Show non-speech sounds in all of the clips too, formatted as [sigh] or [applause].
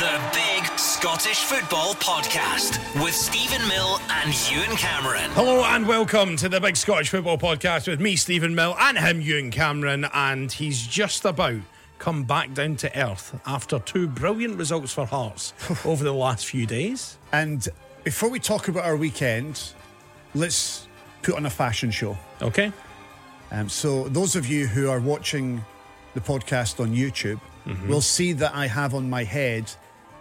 The Big Scottish Football Podcast with Stephen Mill and Ewan Cameron. Hello and welcome to the Big Scottish Football Podcast with me, Stephen Mill, and him, Ewan Cameron. And he's just about come back down to earth after two brilliant results for [laughs] Hearts over the last few days. And before we talk about our weekend, let's put on a fashion show. Okay. Um, so, those of you who are watching the podcast on YouTube Mm-hmm. will see that I have on my head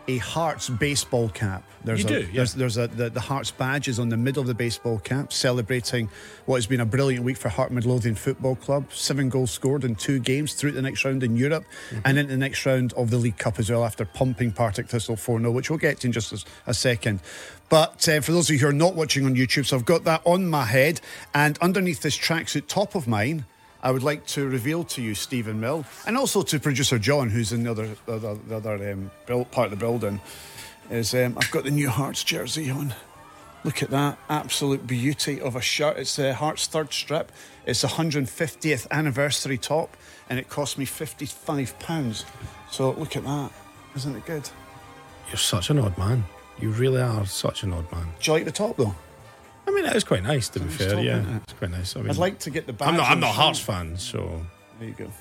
a Hearts baseball cap. There's You a, do, yeah. There's, there's a the, the Hearts badge is on the middle of the baseball cap, celebrating what has been a brilliant week for Heart Midlothian Football Club. Seven goals scored in two games through to the next round in Europe, and into the next round of the League Cup as well. After pumping Partick Thistle four 0 which we'll get to in just a, a second. But uh, for those of you who are not watching on YouTube, so I've got that on my head, and underneath this tracksuit top of mine. I would like to reveal to you Stephen Mill, and also to producer John, who's in the other the other, the other um, built part of the building. Is um, I've got the new Hearts jersey on. Look at that absolute beauty of a shirt. It's the Hearts third strip. It's the 150th anniversary top, and it cost me 55 pounds. So look at that, isn't it good? You're such an odd man. You really are such an odd man. Do you like the top though? I mean, it is quite nice, to be It's fair. top, Yeah, isn't it? it's quite nice. I mean, I'd like to get the badge. I'm not, I'm on not a the Hearts front. fan, so. There you go.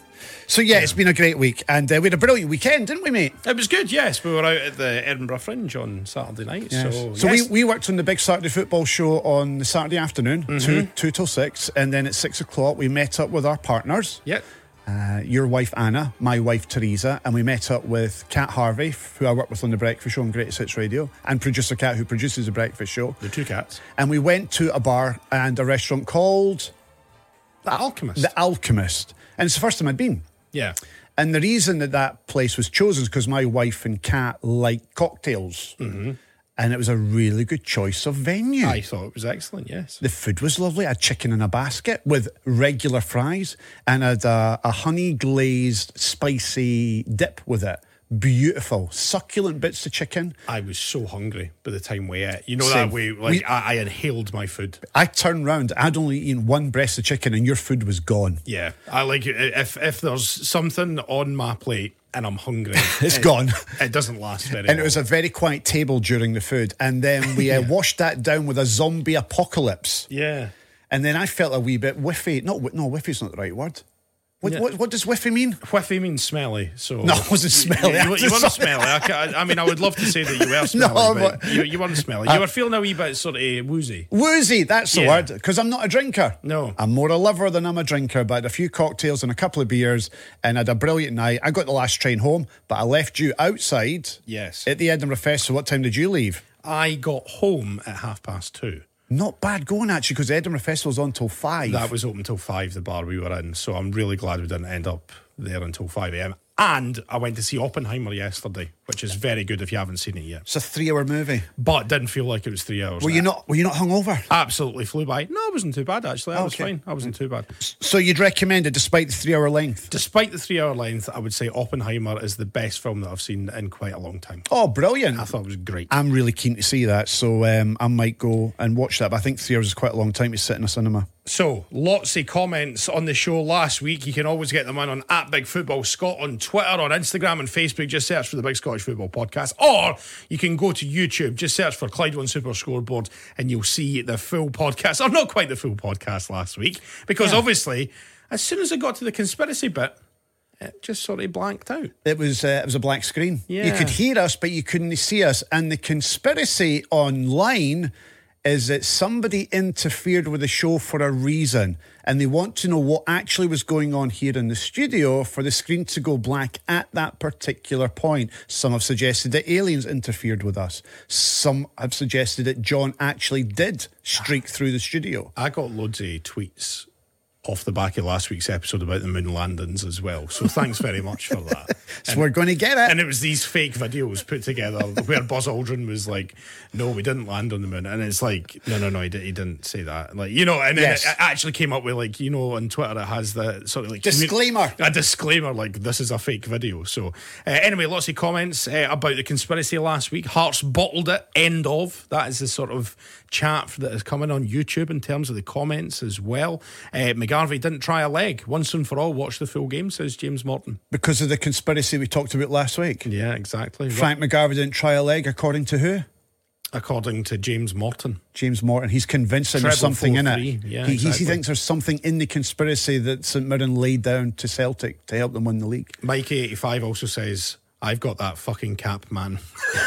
So yeah, it's been a great week, and uh, we had a brilliant weekend, didn't we, mate? It was good, yes. We were out at the Edinburgh Fringe on Saturday night. So, So yes. we, we worked on the big Saturday football show on the Saturday afternoon, Mm-hmm. two two till six, and then at six o'clock we met up with our partners. Yeah. Uh, your wife Anna, my wife Teresa, and we met up with Kat Harvey, who I work with on the Breakfast Show on Greatest Hits Radio, and producer Kat, who produces the Breakfast Show. The two cats. And we went to a bar and a restaurant called The Alchemist. The Alchemist, and it's the first time I'd been. yeah. And the reason that that place was chosen is because my wife and Kat like cocktails. And it was a really good choice of venue. I thought it was excellent, yes. The food was lovely. I had chicken in a basket with regular fries and I had a, a honey glazed spicy dip with it. Beautiful, succulent bits of chicken. I was so hungry by the time we ate. You know Same. that way, like We- I, I inhaled my food. I turned round, I'd only eaten one breast of chicken and your food was gone. Yeah, I like it. if if there's something on my plate and I'm hungry, [laughs] It's it- gone. It doesn't last very. [laughs] And it was a very quiet table during the food. And then we uh, washed that down with a zombie apocalypse. yeah. And then I felt a wee bit whiffy. Not, whi- no, whiffy's not the right word. What, Yeah. what, what does whiffy mean? Whiffy means smelly, so No, I wasn't You, smelly. you, you weren't Sorry. smelly. I, ca- I mean, I would love to say that you [laughs] were smelly, but but- you, you weren't smelly. You were feeling a wee bit sort of woozy. Woozy, that's the Yeah. word, because I'm not a drinker. No. I'm more a lover than I'm a drinker, but I had a few cocktails and a couple of beers and had a brilliant night. I got the last train home, but I left you outside. Yes. At the Edinburgh Festival. What time did you leave? I got home at half past two. Not bad going, actually, because the Edinburgh Festival's on till five. That was open till five, the bar we were in. So I'm really glad we didn't end up there until 5 a.m. And I went to see Oppenheimer yesterday, which is very good if you haven't seen it yet. it's a three hour movie. But didn't feel like it was three hours. Were you not were you not hungover? Absolutely flew by. No, I wasn't too bad, actually. I was Okay. Mm. fine. I wasn't too bad. So you'd recommend it despite the three hour length. Despite the three hour length, I would say Oppenheimer is the best film that I've seen in quite a long time. Oh, brilliant. I thought it was great. I'm really keen to see that, so um, I might go and watch that. But I think three hours is quite a long time to sit in a cinema. So, lots of comments on the show last week. You can always get them in on at Big Football Scott on Twitter, on Instagram, and Facebook. Just search for the Big Scottish Football Podcast, or you can go to YouTube. Just search for Clyde One Super Scoreboard, and you'll see the full podcast. Or not quite the full podcast last week, because obviously, as soon as I got to the conspiracy bit, it just sort of blanked out. It was uh, it was a black screen. You Yeah. could hear us, but you couldn't see us. And the conspiracy online is that somebody interfered with the show for a reason, and they want to know what actually was going on here in the studio for the screen to go black at that particular point. Some have suggested that aliens interfered with us. Some have suggested that John actually did streak through the studio. I got loads of tweets off the back of last week's episode about the moon landings as well. So, thanks very much for that. So we're going to get [laughs] it. And it was these fake videos put together where Buzz Aldrin was like, "No, we didn't land on the moon," and it's like, "No, no, no, he, di- he didn't say that." Like, you know, and then Yes. it actually came up with like, you know, on Twitter it has the sort of like commu- Disclaimer. a disclaimer like this is a fake video. So uh, anyway, lots of comments uh, about the conspiracy last week. Hearts bottled it. End of that is the sort of chat that is coming on YouTube in terms of the comments as well. Uh, McGuire Garvey didn't try a leg. Once and for all, watch the full game, says James Morton. Because of the conspiracy we talked about last week. Yeah, exactly. Frank McGarvey didn't try a leg, according to who? According to James Morton. James Morton. He's convinced that there's Treble something in it. 4-3. Yeah, he, he- he exactly. thinks there's something in the conspiracy that St Mirren laid down to Celtic to help them win the league. Mikey85 also says, I've got that fucking cap, man. [laughs]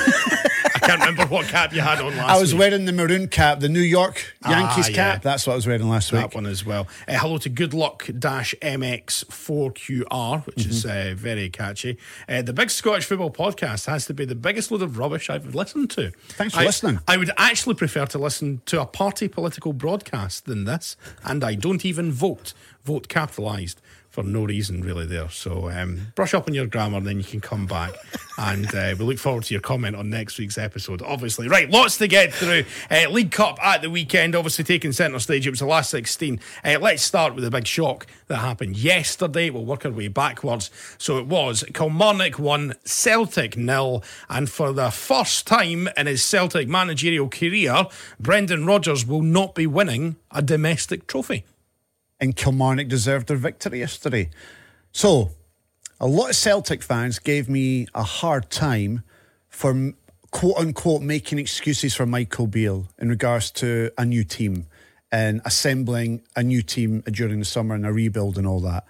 I can't remember what cap you had on last I was week. wearing the maroon cap, the New York Yankees Ah, yeah. cap. That's what I was wearing last week. that one as well. Uh, hello to Good Luck MX4QR, which is Mm-hmm. uh, very catchy. Uh, the Big Scottish Football Podcast has to be the biggest load of rubbish I've listened to. Thanks for I- listening. I would actually prefer to listen to a party political broadcast than this, and I don't even vote. Vote capitalised. For no reason, really, there. So, um, brush up on your grammar, then you can come back. [laughs] And uh, we look forward to your comment on next week's episode, obviously. Right, lots to get through. Uh, League Cup at the weekend, obviously taking centre stage. It was the last 16. Uh, let's start with the big shock that happened yesterday. We'll work our way backwards. So it was Kilmarnock 1, Celtic 0. And for the first time in his Celtic managerial career, Brendan Rodgers will not be winning a domestic trophy. and Kilmarnock deserved their victory yesterday. So, a lot of Celtic fans gave me a hard time for m- quote unquote making excuses for Michael Beale in regards to a new team and assembling a new team during the summer and a rebuild and all that.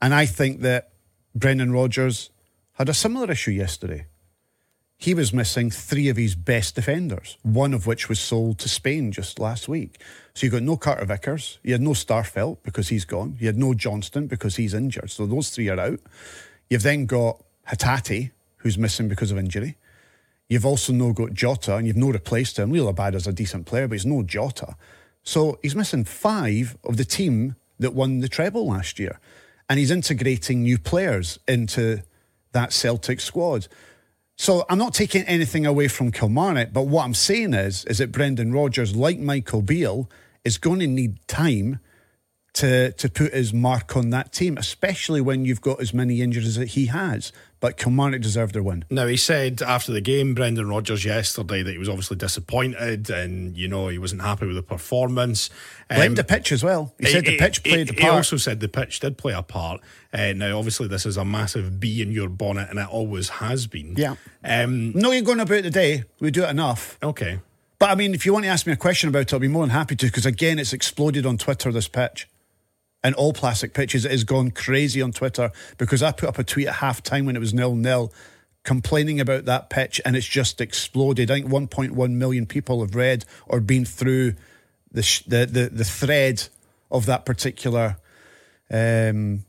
And I think that Brendan Rodgers had a similar issue yesterday. He was missing three of his best defenders, one of which was sold to Spain just last week. So you've got no Carter Vickers, you had no Starfelt because he's gone, you had no Johnston because he's injured. So those three are out. You've then got Hatate, who's missing because of injury. You've also no got Jota, and you've no replaced him. Lila Bada's a decent player, but he's no Jota. So he's missing five of the team that won the treble last year. And he's integrating new players into that Celtic squad. So I'm not taking anything away from Kilmarnock, but what I'm saying is, is that Brendan Rodgers, like Michael Beale, is going to need time to to put his mark on that team, especially when you've got as many injuries that he has. But Kilmarnock deserved their win. Now, he said after the game, Brendan Rodgers yesterday, that he was obviously disappointed and, you know, he wasn't happy with the performance. Blamed Um, the pitch as well. He said the He- pitch he- played the He part. also said the pitch did play a part. Uh, now, obviously, this is a massive bee in your bonnet, and it always has been. Yeah. Um, no, you're going about the day. We do it enough. okay. But I mean, if you want to ask me a question about it, I'll be more than happy to, because again, it's exploded on Twitter, this pitch. And all plastic pitches, it has gone crazy on Twitter because I put up a tweet at half time when it was nil nil complaining about that pitch and it's just exploded. I think 1.1 million people have read or been through the, sh- the, the, the thread of that particular. Um,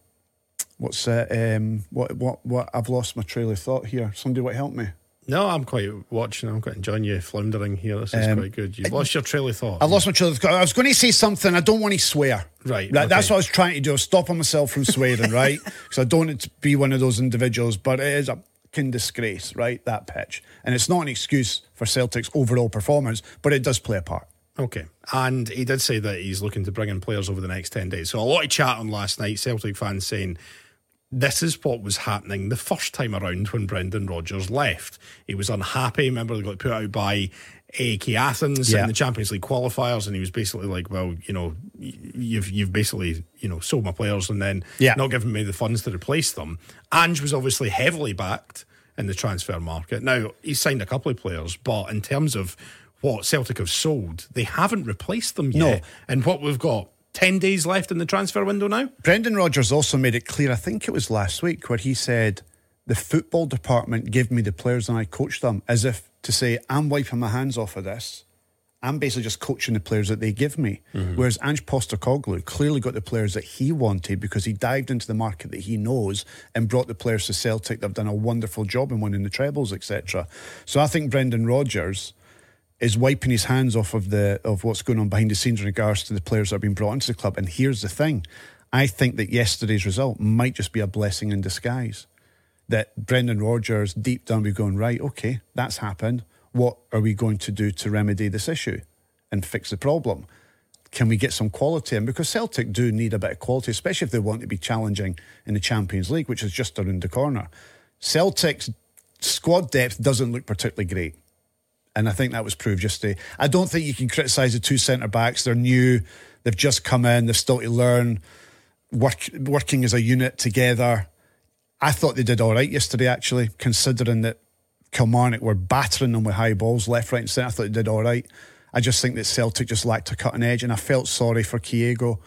what's that? Um, what, what, what? I've lost my trail of thought here. Somebody, what help me? No, I'm quite watching. I'm quite enjoying you floundering here. This is quite good. You've lost your trail of thought. Um, I lost my trail of thought. I was going to say something. I don't want to swear. Right, That's okay. what I was trying to do. I was stopping myself from [laughs] swearing, right? Because I don't want to be one of those individuals, but it is a fucking disgrace, right? That pitch. And it's not an excuse for Celtic's overall performance, but it does play a part. Okay. And he did say that he's looking to bring in players over the next 10 days. So a lot of chat on last night, Celtic fans saying this is what was happening the first time around when Brendan Rodgers left. He was unhappy. Remember, they got put out by AEK Athens Yeah. in the Champions League qualifiers, and he was basically like, "Well, you know, y- you've you've basically you know sold my players, and then Yeah. not giving me the funds to replace them." Ange was obviously heavily backed in the transfer market. Now he's signed a couple of players, but in terms of what Celtic have sold, they haven't replaced them No. yet. And what we've got ten days left in the transfer window now. Brendan Rodgers also made it clear, I think it was last week, where he said, the football department gave me the players and I coached them, as if to say, I'm wiping my hands off of this. I'm basically just coaching the players that they give me. Whereas Ange Postacoglu clearly got the players that he wanted because he dived into the market that he knows and brought the players to Celtic that have done a wonderful job in winning the trebles, etc. So I think Brendan Rodgers is wiping his hands off of the of what's going on behind the scenes in regards to the players that have been brought into the club. And here's the thing: I think that yesterday's result might just be a blessing in disguise. That Brendan Rodgers, deep down, be going right. Okay, that's happened. What are we going to do to remedy this issue and fix the problem? Can we get some quality in? Because Celtic do need a bit of quality, especially if they want to be challenging in the Champions League, which is just around the corner. Celtic's squad depth doesn't look particularly great. And I think that was proved just today. I don't think you can criticise the two centre backs. They're new. They've just come in. They've still to learn. work, working as a unit together. I thought they did all right yesterday, actually, considering that Kilmarnock were battering them with high balls left, right, and centre. I thought they did all right. I just think that Celtic just lacked a cutting edge, and I felt sorry for Kiego.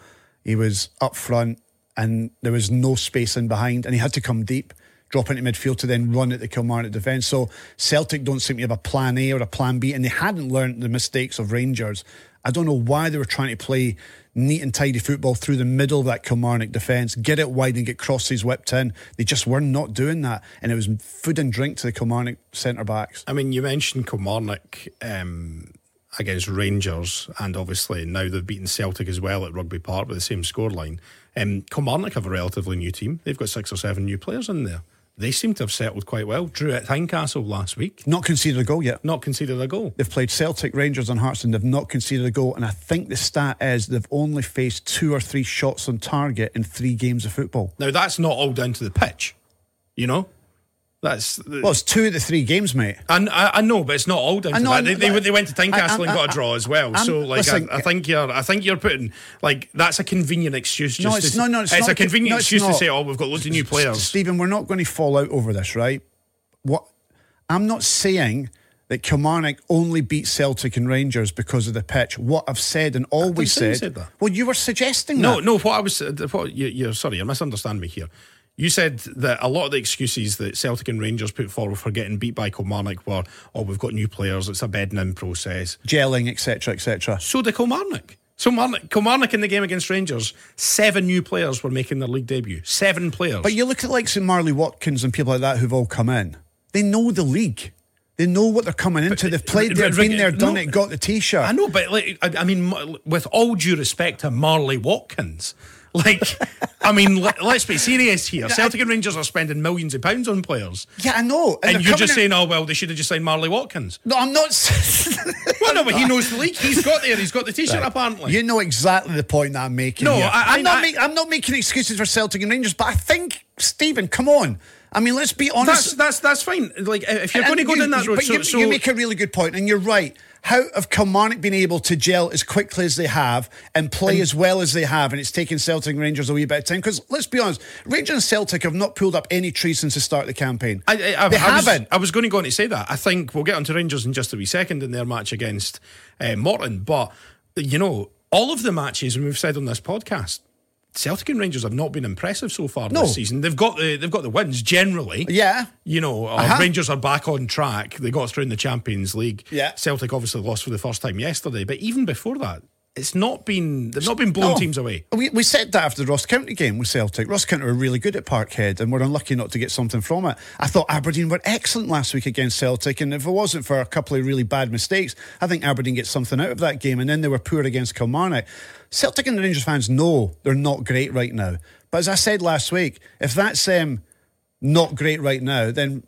He was up front, and there was no space in behind, and he had to come deep, drop into midfield to then run at the Kilmarnock defence. So Celtic don't seem to have a plan A or a plan B, and they hadn't learned the mistakes of Rangers. I don't know why they were trying to play neat and tidy football through the middle of that Kilmarnock defence, get it wide and get crosses whipped in. They just were not doing that. And it was food and drink to the Kilmarnock centre backs. I mean, you mentioned Kilmarnock um, against Rangers, and obviously now they've beaten Celtic as well at Rugby Park with the same scoreline. Um, Kilmarnock have a relatively new team. They've got six or seven new players in there. They seem to have settled quite well. Drew at Tynecastle last week, Not conceded a goal yet. not conceded a goal. They've played Celtic, Rangers, and Hearts, and they've not conceded a goal. And I think the stat is they've only faced two or three shots on target in three games of football. Now that's not all down to the pitch, you know. That's Well, it's two of the three games, mate. I, kn- I, I know, but it's not all down I to know, that. I know, They, they, but- went- they went to I- I'm- Tynecastle and got a I- draw as well. I'm- so, like, listen, I, I think you're, I think you're putting like that's a convenient excuse. Just No, to it's- s- no, no, it's not a a con- convenient no, it's excuse to not. say, "Oh, we've got loads of new S- players." Stephen, we're not going to fall out over this, right? What I'm not saying that Kilmarnock only beat Celtic and Rangers because of the pitch. What I've said and always say you said, said that. Well, you were suggesting No, that. no. What I was, what you, you're sorry, you're misunderstanding me here. You said that a lot of the excuses that Celtic and Rangers put forward for getting beat by Kilmarnock were, "Oh, we've got new players. It's a bedding in process." Gelling, etc., etc. So did Kilmarnock. So Kilmarnock, Kilmarnock in the game against Rangers, seven new players were making their league debut. Seven players. But you look at like St. Marley Watkins and people like that who've all come in. They know the league. They know what they're coming into. They've played there, Rig- been there, done no. it, got the T-shirt. I know, but like, I, I mean, m- with all due respect to Marley Watkins, like, I mean, let, us be serious here. Celtic and Rangers are spending millions of pounds on players, Yeah, I know. and, they're you're coming just in- saying, "Oh well, they should have just signed Marley Watkins." No, I'm not. [laughs] s- Well, no, but he knows the league. He's got there. He's got the T-shirt apparently. Uh, You know exactly the point that I'm making. No, here. I- I- am not. I- make, I'm not making excuses for Celtic and Rangers, but I think Stephen, come on. I mean, let's be that's honest. that's that's fine. Like, if you're And going to go you- down that road, but so, you, so you make a really good point, and you're right. How have Kilmarnock been able to gel as quickly as they have and play as well as they have? And it's taken Celtic and Rangers a wee bit of time. Because let's be honest, Rangers and Celtic have not pulled up any trees since the start of the campaign. I, I, I, they I was- haven't. I was going to go on to say that. I think we'll get onto Rangers in just a wee second in their match against uh, Morton. But, you know, all of the matches, and we've said on this podcast, Celtic and Rangers have not been impressive so far No. this season. They've got the they've got the wins generally. Yeah. you know, uh, Uh-huh. Rangers are back on track. They got through in the Champions League. Yeah. Celtic obviously lost for the first time yesterday, but even before that, it's not been they've not been blown No. teams away. We, we said that after the Ross County game with Celtic. Ross County were really good at Parkhead and we're unlucky not to get something from it. I thought Aberdeen were excellent last week against Celtic, and if it wasn't for a couple of really bad mistakes, I think Aberdeen gets something out of that game. And then they were poor against Kilmarnock. Celtic and the Rangers fans know they're not great right now. But as I said last week, if that's um, not great right now, then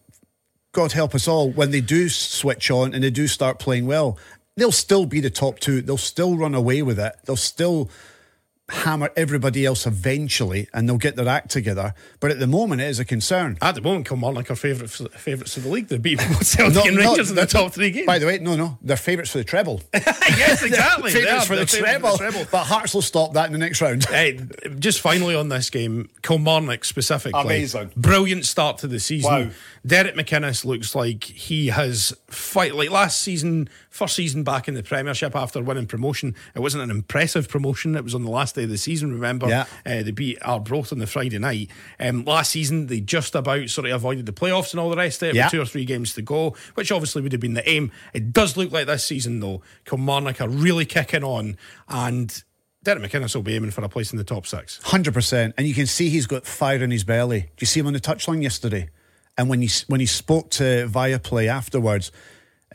God help us all when they do switch on and they do start playing well. They'll still be the top two. They'll still run away with it. They'll still hammer everybody else eventually and they'll get their act together. But at the moment, it is a concern. At the moment, Kilmarnock are favourites favourites of the league. They've beaten [laughs] both Celtic and Rangers in the they're- top three games. By the way, no, no, they're favourites for the treble. [laughs] [laughs] yes, exactly. They favourites are, for the they're favourites treble. But Hearts will stop that in the next round. [laughs] Eh, just finally on this game, Kilmarnock specifically. Amazing. Brilliant start to the season. Wow. Derek McInnes looks like he has fight like last season, first season back in the Premiership after winning promotion. It wasn't an impressive promotion. It was on the last day of the season, remember? Yeah. Uh, they beat Arbroath on the Friday night. Um, last season, they just about sort of avoided the playoffs and all the rest of it Yeah. with two or three games to go, which obviously would have been the aim. It does look like this season, though, Kilmarnock are really kicking on and Derek McInnes will be aiming for a place in the top six. 100%. And you can see he's got fire in his belly. Do you see him on the touchline yesterday? And when he, when he spoke to Viaplay afterwards,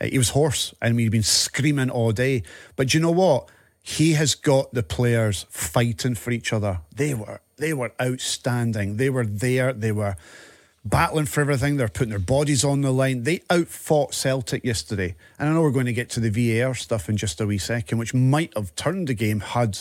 uh, he was hoarse and he'd been screaming all day. But do you know what? He has got the players fighting for each other. They were they were outstanding. They were there. They were battling for everything. They're putting their bodies on the line. They outfought Celtic yesterday. And I know we're going to get to the VAR stuff in just a wee second, which might have turned the game had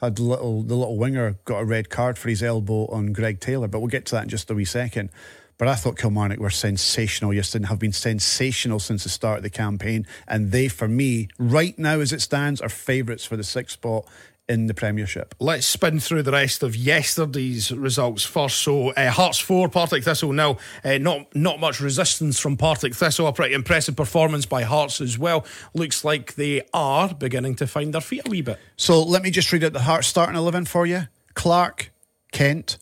had little the little winger got a red card for his elbow on Greg Taylor, but we'll get to that in just a wee second. But I thought Kilmarnock were sensational yesterday and have been sensational since the start of the campaign. And they, for me, right now as it stands, are favourites for the sixth spot in the Premiership. Let's spin through the rest of yesterday's results first. So, uh, Hearts 4, Partick Thistle now. Uh, not not much resistance from Partick Thistle. A pretty impressive performance by Hearts as well. Looks like they are beginning to find their feet a wee bit. So let me just read out the Hearts starting 11 for you Clark, Kent,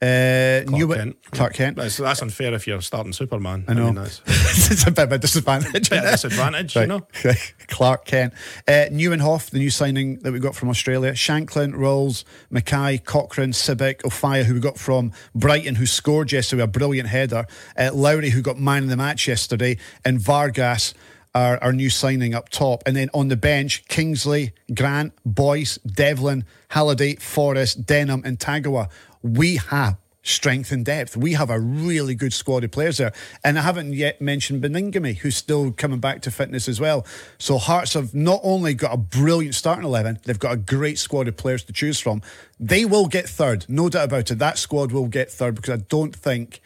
uh, Newitt, Kent. Clark Kent. [laughs] That's, that's unfair if you're starting Superman. I know. that's it's a bit of a disadvantage. bit of isn't it? disadvantage, you know. [laughs] Clark Kent. Uh, Newenhoff, the new signing that we got from Australia. Shanklin, Rolls, Mackay, Cochrane, Sibic, O'Fia, who we got from Brighton, who scored yesterday, with a brilliant header. Uh, Lowry, who got man of the match yesterday. And Vargas, our, our new signing up top. And then on the bench, Kingsley, Grant, Boyce, Devlin, Halliday, Forrest, Denham, and Tagawa. We have strength and depth. We have a really good squad of players there. And I haven't yet mentioned Beningame, who's still coming back to fitness as well. So Hearts have not only got a brilliant starting 11, they've got a great squad of players to choose from. They will get third, no doubt about it. That squad will get third because I don't think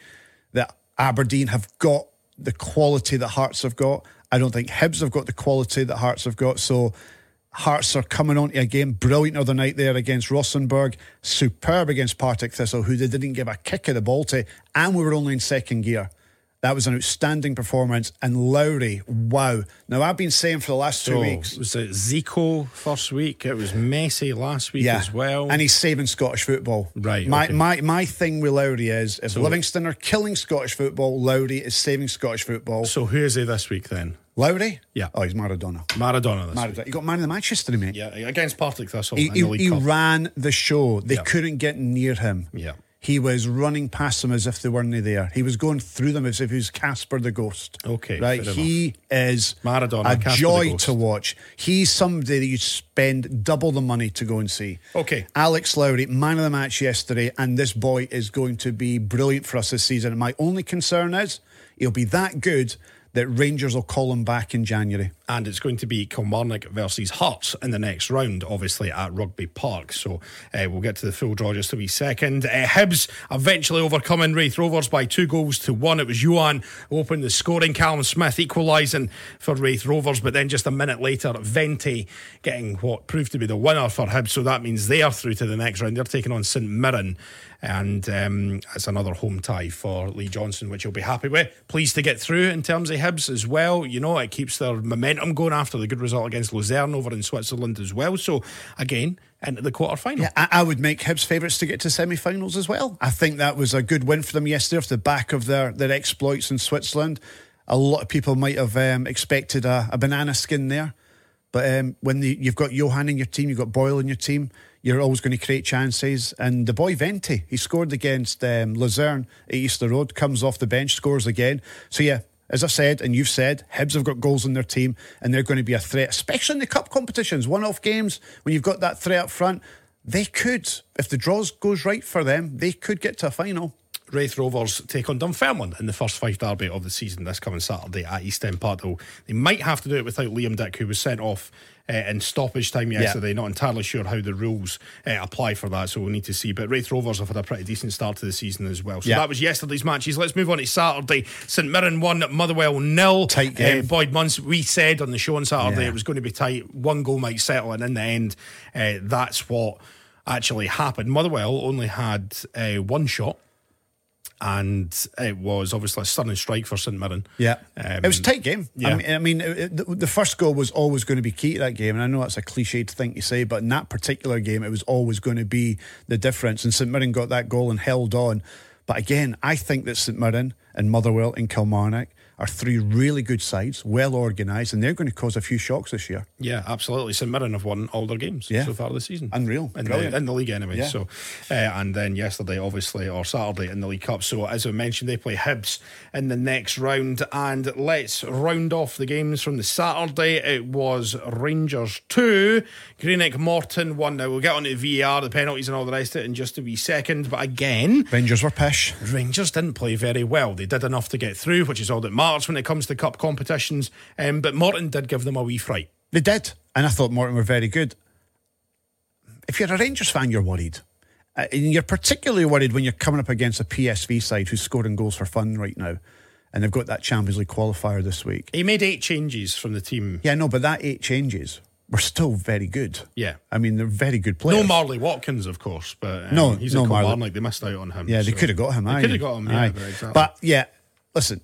that Aberdeen have got the quality that Hearts have got. I don't think Hibs have got the quality that Hearts have got. So Hearts are coming on to a game. Brilliant other night there against Rossenberg. Superb against Partick Thistle, who they didn't give a kick of the ball to. And we were only in second gear. That was an outstanding performance. And Lowry, wow. Now, I've been saying for the last two Oh, weeks. Was it Zico first week? It was Messi last week as well. And he's saving Scottish football. Right, My okay. my my thing with Lowry is if Livingston are killing Scottish football, Lowry is saving Scottish football. so who is he this week then? Lowry? Yeah. Oh, he's Maradona. Maradona this week. Maradona. He got man of the match yesterday, mate. Yeah, against Partick Thistle He, in the he, League he Cup. ran the show. They Yeah. couldn't get near him. Yeah. He was running past them as if they weren't there. He was going through them as if he was Casper the Ghost. Okay, Right. fair He is Maradona, a Casper the joy Ghost. to watch. He's somebody that you spend double the money to go and see. Okay. Alex Lowry, man of the match yesterday, and this boy is going to be brilliant for us this season. And my only concern is he'll be that good that Rangers will call him back in January. and it's going to be Kilmarnock versus Hearts in the next round, obviously at Rugby Park. So uh, we'll get to the full draw just a wee second. Uh, Hibs eventually overcoming Wraith Rovers by two goals to one. It was Yuan who opened the scoring, Callum Smith equalising for Wraith Rovers, but then just a minute later, Venti getting what proved to be the winner for Hibs. So that means they are through to the next round. They're taking on St Mirren, and um, that's another home tie for Lee Johnson, which he'll be happy with. Pleased to get through in terms of Hibs as well. You know, it keeps their momentum going after the good result against Luzern over in Switzerland as well. So, again, into the quarter final. I, I would make Hibs favourites to get to semi-finals as well. I think that was a good win for them yesterday, off the back of their their exploits in Switzerland. A lot of people might have um, expected a, a banana skin there, but um, when the, you've got Johan in your team, you've got Boyle in your team, you're always going to create chances. And the boy Venti, he scored against um, Luzern at Easter Road, comes off the bench, scores again. So yeah. As I've said, and you've said, Hibs have got goals in their team, and they're going to be a threat, especially in the cup competitions, one-off games. When you've got that threat up front, they could, if the draws goes right for them, they could get to a final. Wraith Rovers take on Dunfermline in the first five derby of the season this coming Saturday at East End Park. Though they might have to do it without Liam Dick, who was sent off uh, in stoppage time yesterday. Not entirely sure how the rules uh, apply for that, so we'll need to see. But Wraith Rovers have had a pretty decent start to the season as well. So Yeah. that was yesterday's matches. Let's move on to Saturday. St Mirren one, Motherwell nil. Tight game. Uh, Boyd Munns, we said on the show on Saturday Yeah. it was going to be tight. One goal might settle, and in the end, uh, that's what actually happened. Motherwell only had uh, one shot and it was obviously a stunning strike for St Mirren. Um, it was a tight game. I yeah. mean, I mean it- it- the, the first goal was always going to be key to that game, and I know that's a cliched thing to say, but in that particular game, it was always going to be the difference. And St Mirren got that goal and held on. But again, I think that St Mirren and Motherwell and Kilmarnock are three really good sides, well organised, and they're going to cause a few shocks this year. Yeah, absolutely. St Mirren have won all their games Yeah. so far this season. Unreal. In, Brilliant. the, in the league, anyway. Yeah. So, uh, And then yesterday, obviously, or Saturday in the League Cup. So, as I mentioned, they play Hibs in the next round. And let's round off the games from the Saturday. It was Rangers 2, Greenock Morton 1. Now, we'll get on to VAR, the penalties, and all the rest of it in just a wee second. But again, Rangers were pish. Rangers didn't play very well. They did enough to get through, which is all that matters when it comes to cup competitions. Um, but Morton did give them a wee fright. They did. And I thought Morton were very good. If you're a Rangers fan, you're worried. Uh, and you're particularly worried when you're coming up against a PSV side who's scoring goals for fun right now. And they've got that Champions League qualifier this week. He made eight changes from the team. Yeah, no, but that eight changes we're still very good. Yeah. I mean, they're very good No players. Marley Watkins, of course, but um, No, he's no a Marley. Kilmarnock. They missed out on him. Yeah, they so- could have got him. They aye. could have got him. Yeah, Aye. but exactly. But yeah, listen,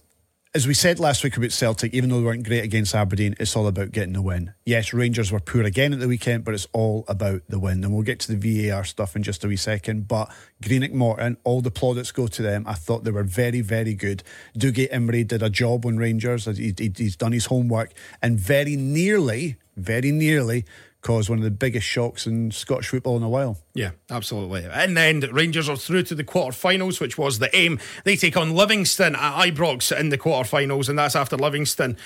as we said last week about Celtic, even though they weren't great against Aberdeen, it's all about getting the win. Yes, Rangers were poor again at the weekend, but it's all about the win. And we'll get to the VAR stuff in just a wee second. But Greenock Morton, all the plaudits go to them. I thought they were very, very good. Dougie Emery did a job on Rangers. He, he- he's done his homework and very nearly, very nearly caused one of the biggest shocks in Scottish football in a while. Yeah, absolutely. In the end, Rangers are through to the quarterfinals, which was the aim. They take on Livingston at Ibrox in the quarterfinals, and that's after Livingston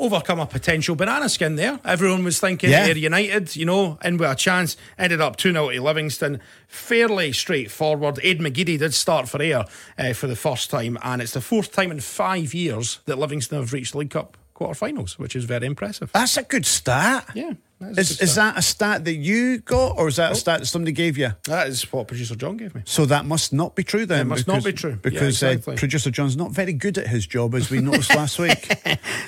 overcome a potential banana skin there. Everyone was thinking Yeah. they're United, you know, in with a chance. Ended up 2 0 to Livingston. Fairly straightforward. Ed McGiddy did start for air eh, for the first time, and it's the fourth time in five years that Livingston have reached League Cup quarterfinals, which is very impressive. That's a good stat. Yeah, that is a Is, good is stat. that a stat that you got, or is that a stat that somebody gave you? That is what producer John gave me. So that must not be true then. It must not be true. Yeah, Because uh, exactly. producer John's not very good at his job, as we [laughs] noticed last week.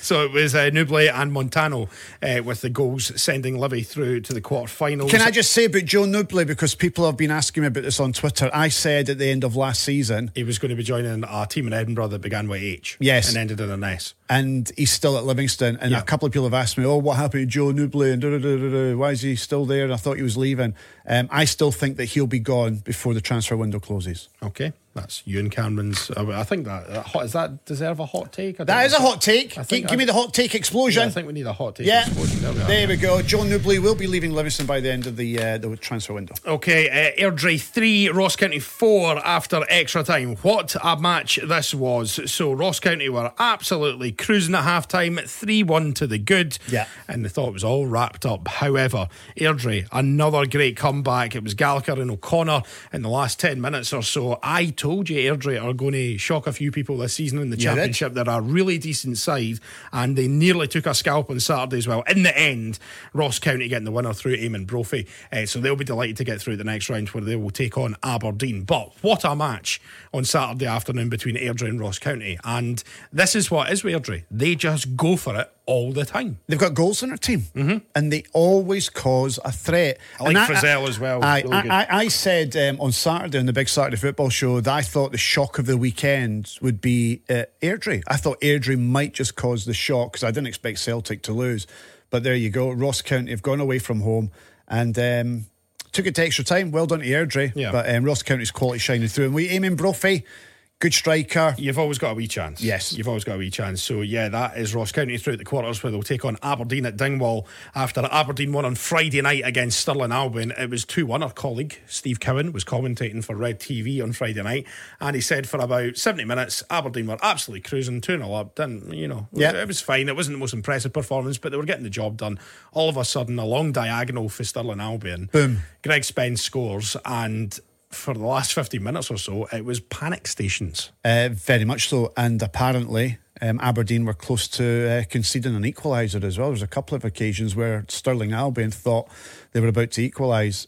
So it was uh, Nublé and Montano uh, with the goals sending Livy through to the quarterfinals. Can I just say about Joe Nubley, because people have been asking me about this on Twitter. I said at the end of last season, He was going to be joining our team in Edinburgh that began with H. Yes. And ended in an S. and he's still at Livingston. And Yeah. a couple of people have asked me, "Oh, what happened to Joe Nubley? And da, da, da, da, da, why is he still there?" And I thought he was leaving. Um, I still think that he'll be gone before the transfer window closes. Okay. That's Ewan Cameron's. uh, I think that, that hot, does that deserve a hot take? I don't That know. is a hot take. I Gi- think Give I- me the hot take explosion. Yeah, I think we need a hot take. Yeah, explosion. There we are. there we go. John Nubley will be leaving Livingston by the end of the uh, the transfer window. Okay, uh, Airdrie 3, Ross County 4 after extra time. What a match this was. So, Ross County were absolutely cruising at half time, 3 1 to the good. Yeah. And they thought it was all wrapped up. However, Airdrie, another great comeback. It was Gallagher and O'Connor in the last 10 minutes or so. I told you Airdrie are going to shock a few people this season in the You did. Championship. Championship. They're a really decent side, and they nearly took a scalp on Saturday as well. In the end, Ross County getting the winner through Eamon Brophy. Eh, so they'll be delighted to get through the next round where they will take on Aberdeen. But what a match on Saturday afternoon between Airdrie and Ross County. And this is what is with Airdrie. They just go for it all the time. They've got goals in their team, and they always cause a threat. Mm-hmm. I like Frizzell as well. I, Really I, good. I, I said um, on Saturday on the big Saturday football show that I thought the shock of the weekend would be uh, Airdrie. I thought Airdrie might just cause the shock because I didn't expect Celtic to lose. But there you go. Ross County have gone away from home and. Um, Took it to extra time. Well done to Airdrie. Yeah. But um, Ross County's quality shining through. And we Eamon Brophy, good striker. You've always got a wee chance. Yes. You've always got a wee chance. So, yeah, that is Ross County through the quarters where they'll take on Aberdeen at Dingwall after Aberdeen won on Friday night against Stirling Albion. It was 2 1. Our colleague, Steve Cowan, was commentating for Red TV on Friday night. And he said for about 70 minutes, Aberdeen were absolutely cruising, 2 0 up. Didn't, you know, Yeah. it was fine. It wasn't the most impressive performance, but they were getting the job done. All of a sudden, a long diagonal for Stirling Albion. Boom. Greg Spence scores. And for the last 15 minutes or so, it was panic stations. Uh, very much so. And apparently, um, Aberdeen were close to uh, conceding an equaliser as well. There was a couple of occasions where Sterling Albion thought they were about to equalise.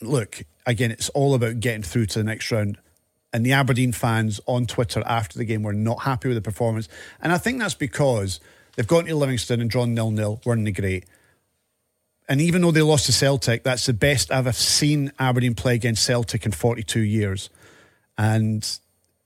Look, again, it's all about getting through to the next round. And the Aberdeen fans on Twitter after the game were not happy with the performance. And I think that's because they've gone to Livingston and drawn nil nil, weren't they great? And even though they lost to Celtic, that's the best I've ever seen Aberdeen play against Celtic in 42 years. And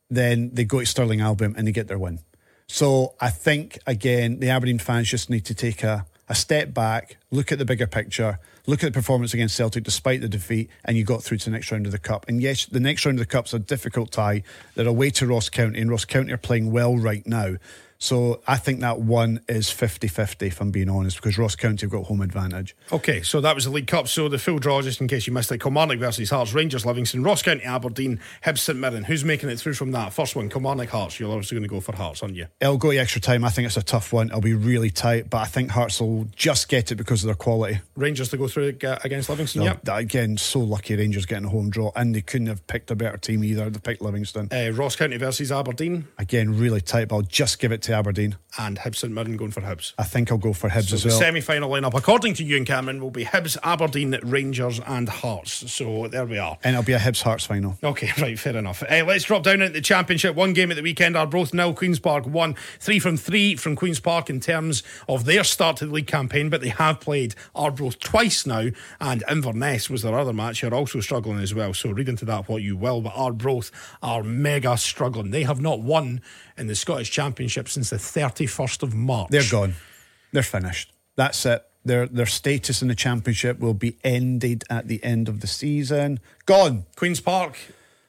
then they go to Sterling Albion and they get their win. So I think again, the Aberdeen fans just need to take a, a step back, look at the bigger picture, look at the performance against Celtic despite the defeat, and you got through to the next round of the cup. And yes, the next round of the cup's a difficult tie. They're away to Ross County, and Ross County are playing well right now. So I think that one is 50-50, if I'm being honest, because Ross County have got home advantage. Okay, so that was the League Cup. So the full draw, just in case you missed it, Kilmarnock versus Hearts, Rangers, Livingston, Ross County, Aberdeen, Hibs, St Mirren. Who's making it through from that? First one, Kilmarnock Hearts. You're obviously going to go for Hearts, aren't you? It'll go to extra time. I think it's a tough one. It'll be really tight, but I think Hearts will just get it because of their quality. Rangers to go through uh, against Livingston. Yeah, Yep. that Again, so lucky Rangers getting a home draw, and they couldn't have picked a better team either. They picked Livingston. Uh, Ross County versus Aberdeen. Again, really tight, but I'll just give it to to Aberdeen. and Hibs and Mirren going for Hibs. I think I'll go for Hibs as The well. semi-final lineup, according to you and Cameron, will be Hibs, Aberdeen, Rangers, and Hearts. So there we are. and it'll be a Hibs Hearts final. Okay, [laughs] right, fair enough. Eh, let's drop down into the Championship. One game at the weekend are both nil. Queen's Park won three from three from Queen's Park in terms of their start to the league campaign, but they have played Arbroath twice now, and Inverness was their other match. They're also struggling as well, so read into that what you will. But Arbroath are mega struggling. They have not won in the Scottish Championship since the 31st of March. They're gone. They're finished. That's it. Their their status in the championship will be ended at the end of the season. Gone. Queen's Park.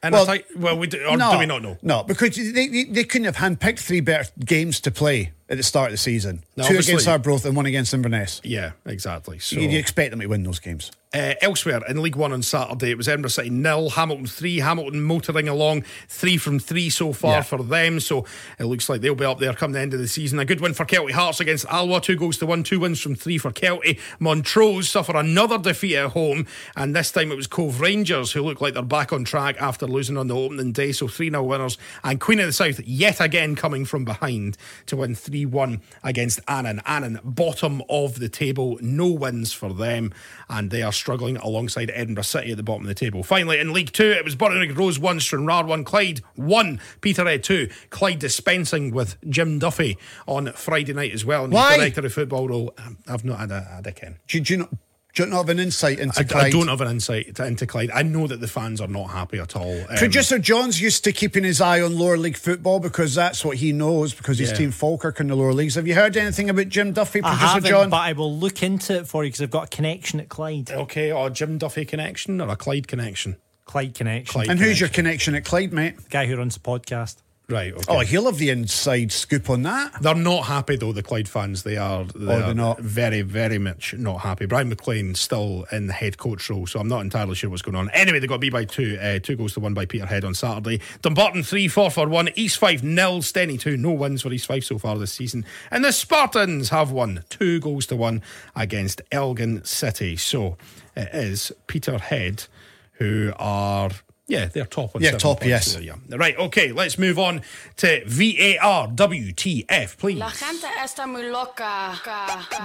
And Well, well, well we do, or do we not know? No, because they, they, they couldn't have handpicked three better games to play at the start of the season. No, Two obviously. against Arbroath and one against Inverness. Yeah, exactly. So You, you expect them to win those games. Uh, elsewhere in League One on Saturday, it was Edinburgh City nil, Hamilton three. Hamilton motoring along three from three so far Yeah. for them. So it looks like they'll be up there come the end of the season. A good win for Kelty Hearts against Alwa, two goals to one, two wins from three for Kelty. Montrose suffer another defeat at home, and this time it was Cove Rangers who look like they're back on track after losing on the opening day. So three 0 winners, and Queen of the South yet again coming from behind to win three one against Annan. Annan bottom of the table, no wins for them, and they are struggling alongside Edinburgh City at the bottom of the table. Finally, in League Two, it was Burton Rose one, Stranraer one, Clyde one, Peterhead two. Clyde dispensing with Jim Duffy on Friday night as well. And the Why? director of football role, um, I've not had a, had a ken. Do, you- do you not do you not have an insight into I, I Clyde? don't have an insight into Clyde. I know that the fans are not happy at all. Um, Producer John's used to keeping his eye on lower league football because that's what he knows because his Yeah. team Falkirk in the lower leagues. Have you heard anything about Jim Duffy, I producer haven't, John? but I will look into it for you because I've got a connection at Clyde. okay, or a Jim Duffy connection or a Clyde connection. Clyde connection. Clyde and who's your connection at Clyde, mate? The guy who runs the podcast. Right. Okay. Oh, he'll have the inside scoop on that. They're not happy though. The Clyde fans, they are. They Oh, they're are not. very, very much not happy. Brian McLean still in the head coach role, so I'm not entirely sure what's going on. Anyway, they got beat by two, uh, two goals to one by Peterhead on Saturday. Dumbarton three, four for one. East five nil. Steny two. No wins for East five so far this season. And the Spartans have won two goals to one against Elgin City. So it is Peterhead who are. Yeah, they're top on Yeah, seven top, points yes. there, yeah. Right, okay, let's move on to VAR WTF, please. La gente está muy loca.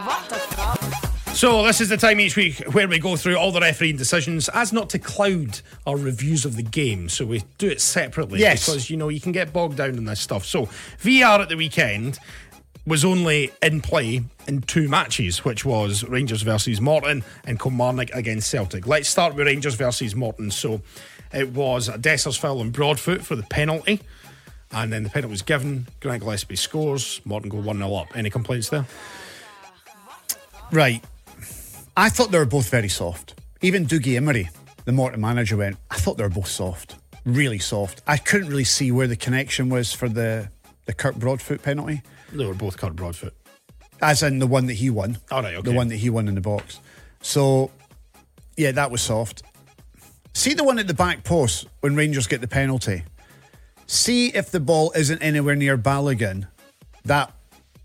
What the fuck? So this is the time each week where we go through all the refereeing decisions as not to cloud our reviews of the game. So we do it separately Yes. because you know you can get bogged down in this stuff. So VR at the weekend was only in play in two matches, which was Rangers versus Morton and Kilmarnock against Celtic. Let's start with Rangers versus Morton. So it was a Dessers foul on Broadfoot for the penalty. And then the penalty was given. Grant Gillespie scores. Morton go 1 0 up. Any complaints there? Right. I thought they were both very soft. Even Doogie Emery, the Morton manager, went, I thought they were both soft. Really soft. I couldn't really see where the connection was for the, the Kirk Broadfoot penalty, They were both cut Broadfoot. as in the one that he won. All right, okay. The one that he won in the box. So, yeah, that was soft. See the one at the back post when Rangers get the penalty. See if the ball isn't anywhere near Balogun. That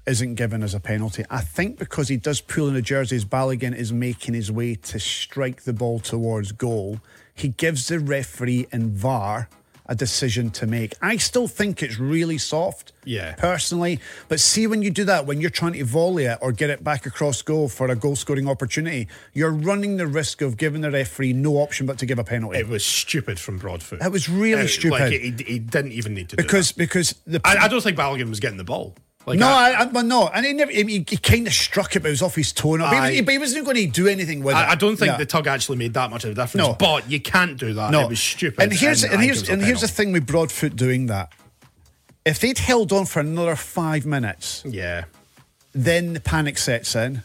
isn't given as a penalty. I think because he does pull in the jerseys, Balogun is making his way to strike the ball towards goal. He gives the referee and VAR a decision to make. I still think it's really soft, Yeah. personally. But see, when you do that, when you're trying to volley it or get it back across goal for a goal scoring opportunity, you're running the risk of giving the referee no option but to give a penalty. It was stupid from Broadfoot. It was really Uh, stupid. Like he, he didn't even need to because do because the that. I, I don't think Balogun was getting the ball. Like no, I, I, I, but no, and he never. He, he kind of struck it, but it was off his toe. But he, was, Aye. he, but he wasn't going to do anything with it. I, I don't think Yeah. the tug actually made that much of a difference. No. but you can't do that. No, it was stupid. And here's and, I here's give it and a here's the penalty. thing with Broadfoot doing that. If they'd held on for another five minutes, Yeah, then the panic sets in.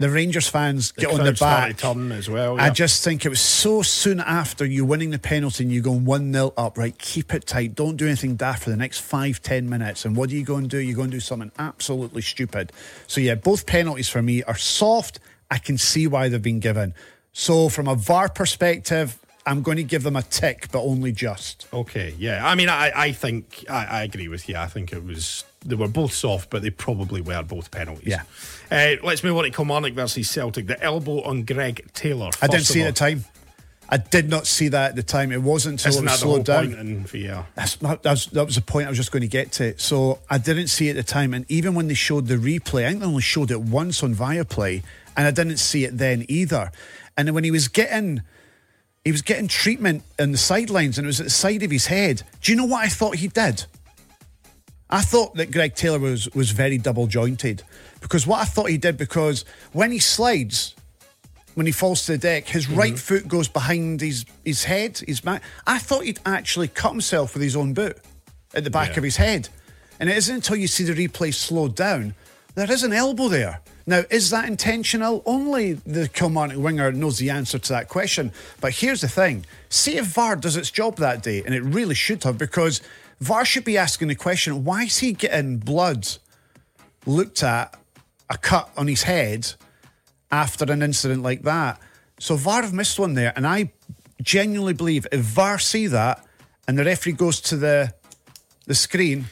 The Rangers fans get on the crowd started back. turning as well. I yeah. just think it was so soon after you winning the penalty and you going 1 0 up, right? Keep it tight. Don't do anything daft for the next five, ten minutes. And what do you go and do? You're going to do something absolutely stupid. So, yeah, both penalties for me are soft. I can see why they've been given. So, from a VAR perspective, I'm going to give them a tick, but only just. Okay, yeah. I mean, I, I think I, I agree with you. I think it was they were both soft, but they probably were both penalties. Yeah. Uh, let's move on to Kilmarnock versus Celtic. The elbow on Greg Taylor. I didn't First of see it all- at the time. I did not see that at the time. It wasn't until Isn't it that was the whole slowed down. point in VR? That's not, that, was, that was the point I was just going to get to. So I didn't see it at the time. And even when they showed the replay, I think they only showed it once on Viaplay. And I didn't see it then either. And then when he was getting. He was getting treatment in the sidelines and it was at the side of his head. Do you know what I thought he did? I thought that Greg Taylor was, was very double jointed because what I thought he did, because when he slides, when he falls to the deck, his right foot goes behind his, his head, his back. I thought he'd actually cut himself with his own boot at the back Yeah. of his head. And it isn't until you see the replay slowed down, there is an elbow there. Now, is that intentional? Only the Kilmarnock winger knows the answer to that question. But here's the thing see if VAR does its job that day, and it really should have, because VAR should be asking the question why is he getting blood looked at, a cut on his head? after an incident like that. So VAR have missed one there, and I genuinely believe if VAR see that and the referee goes to the the screen,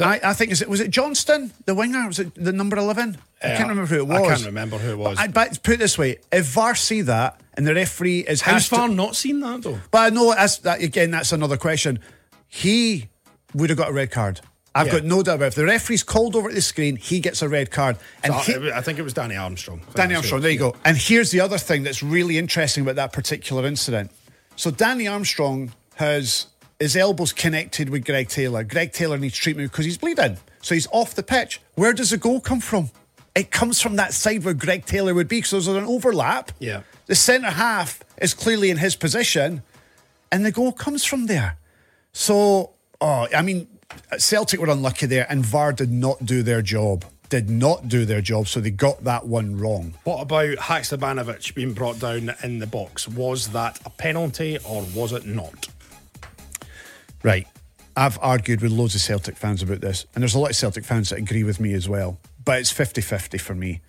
I, I think is it was it Johnston the winger was it the number eleven? I Yeah, can't remember who it I was. can't remember who it was. But, I, but put it this way, if VAR see that and the referee is How's asked to- far not seen that though? but I know that's that again. That's another question. He would have got a red card. I've Yeah. got no doubt about it. If the referee's called over at the screen, he gets a red card. And I, he, I think it was Danny Armstrong. I think Danny that's Armstrong, who- there you go. And here's the other thing that's really interesting about that particular incident. So Danny Armstrong has his elbows connected with Greg Taylor. Greg Taylor needs treatment because he's bleeding. So he's off the pitch. Where does the goal come from? It comes from that side where Greg Taylor would be because there's an overlap. Yeah. The centre half is clearly in his position and the goal comes from there. So, oh, I mean, Celtic were unlucky there, and VAR did not do their job. Did not do their job, so they got that one wrong. What about Haksabanovic being brought down in the box? Was that a penalty or was it not? Right. I've argued with loads of Celtic fans about this, and there's a lot of Celtic fans that agree with me as well, but it's 50 50 for me.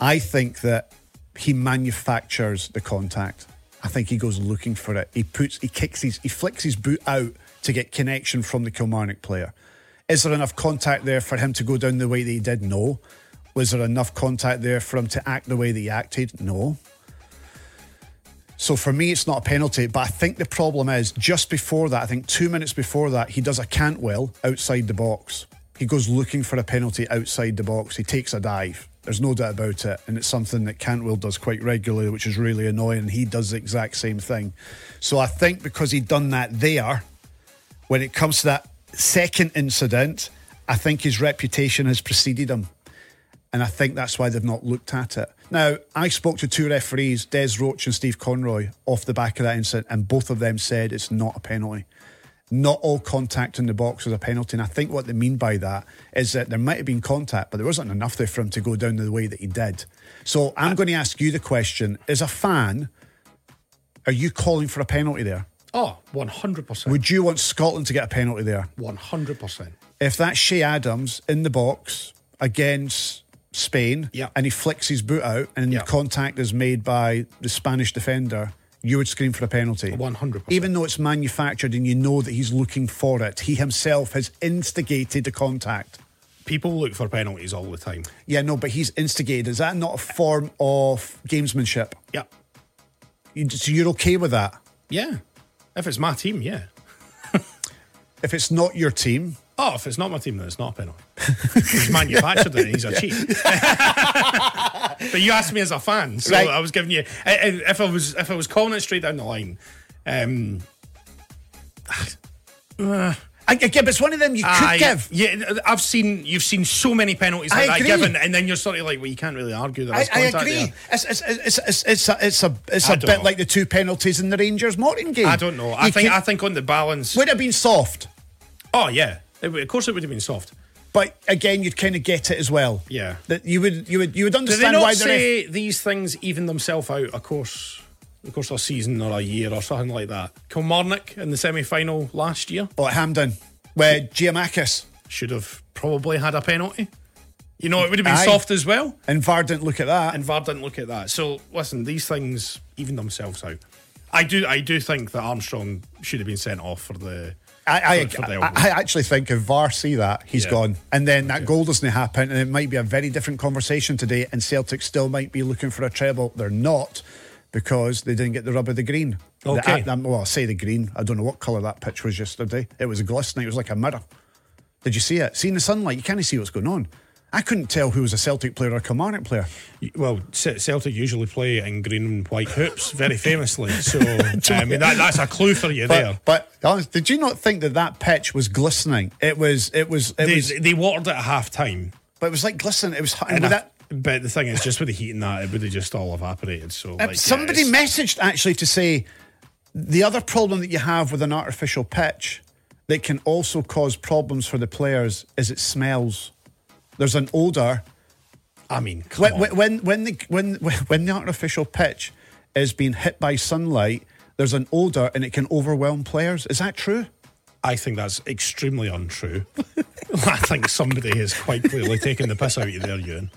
I think that he manufactures the contact. I think he goes looking for it. He puts, he kicks his, he flicks his boot out to get connection from the Kilmarnock player. Is there enough contact there for him to go down the way that he did? No. Was there enough contact there for him to act the way that he acted? No. So for me, it's not a penalty. But I think the problem is just before that, I think two minutes before that, he does a Cantwell outside the box. He goes looking for a penalty outside the box. He takes a dive. There's no doubt about it. And it's something that Cantwell does quite regularly, which is really annoying. And he does the exact same thing. So I think because he'd done that there, when it comes to that second incident, I think his reputation has preceded him. And I think that's why they've not looked at it. Now, I spoke to two referees, Des Roach and Steve Conroy, off the back of that incident, and both of them said it's not a penalty. Not all contact in the box is a penalty. And I think what they mean by that is that there might have been contact, but there wasn't enough there for him to go down the way that he did. So I'm going to ask you the question as a fan, are you calling for a penalty there? Oh, 100%. Would you want Scotland to get a penalty there? 100%. if that's Shea Adams in the box against Spain Yeah. and he flicks his boot out and Yeah. contact is made by the Spanish defender, you would scream for a penalty. 100%. Even though it's manufactured and you know that he's looking for it, he himself has instigated the contact. People look for penalties all the time. Yeah, no, but he's instigated. Is that not a form of gamesmanship? Yeah. You- So you're okay with that? Yeah. If it's my team, yeah. If it's not your team, Oh, if it's not my team, then it's not a [laughs] penalty. he's manufactured it and he's a cheat. [laughs] but you asked me as a fan, so Right. I was giving you. I- I- If I was if I was calling it straight down the line, um, I, again, but it's one of them you could I- give. Ah, Yeah, I've seen you've seen so many penalties like I that agree. given, and then you're sort of like, well, you can't really argue that. I, I contact agree. There. It's, it's, it's, it's, it's a, it's a, it's I a don't bit know. like the two penalties in the Rangers Morton game. I don't know. I You think can- I think on the balance. would have been soft, Oh yeah, It would- of course it would have been soft. but again, you'd kind of get it as well. Yeah. that you would you would you would Do they understand not why they're. say these things even themselves out? Of course, of course, a season or a year or something like that. Kilmarnock in the semi final last year Oh, at Hampden, where Giamakis should have probably had a penalty. You know, it would have been Aye. soft as well. and VAR didn't look at that. and VAR didn't look at that. So listen, these things even themselves out. I do, I do think that Armstrong should have been sent off for the. I, for- for the I, elbow. I, I actually think if VAR see that, he's Yeah. gone. And then that goal doesn't happen, and it might be a very different conversation today, and Celtic still might be looking for a treble. They're not because they didn't get the rub of the green. Okay. The, um, well, I say the green. I don't know what colour that pitch was yesterday. It was glistening. It was like a mirror. Did you see it? See in the sunlight, you can't see what's going on. I couldn't tell who was a Celtic player or a Kilmarnock player. Well, Ce- Celtic usually play in green and white hoops, very famously. [laughs] So, I mean, that, that's a clue for you there. But, but honest, did you not think that that pitch was glistening? It was. It was. It They, was. they watered it at half time. But it was like glistening. It was. And And with I- that, but the thing is, just with the heat and that, it would have just all evaporated. So, Uh, like, yeah, Somebody it's- messaged actually to say the other problem that you have with an artificial pitch that can also cause problems for the players is it smells. There's an odor I mean, come when on. when when, when the when [laughs] when the artificial pitch is being hit by sunlight. There's an odor and it can overwhelm players. Is that true? [laughs] I think that's extremely untrue. [laughs] I think somebody has quite clearly taken the piss out of you there, Ewan.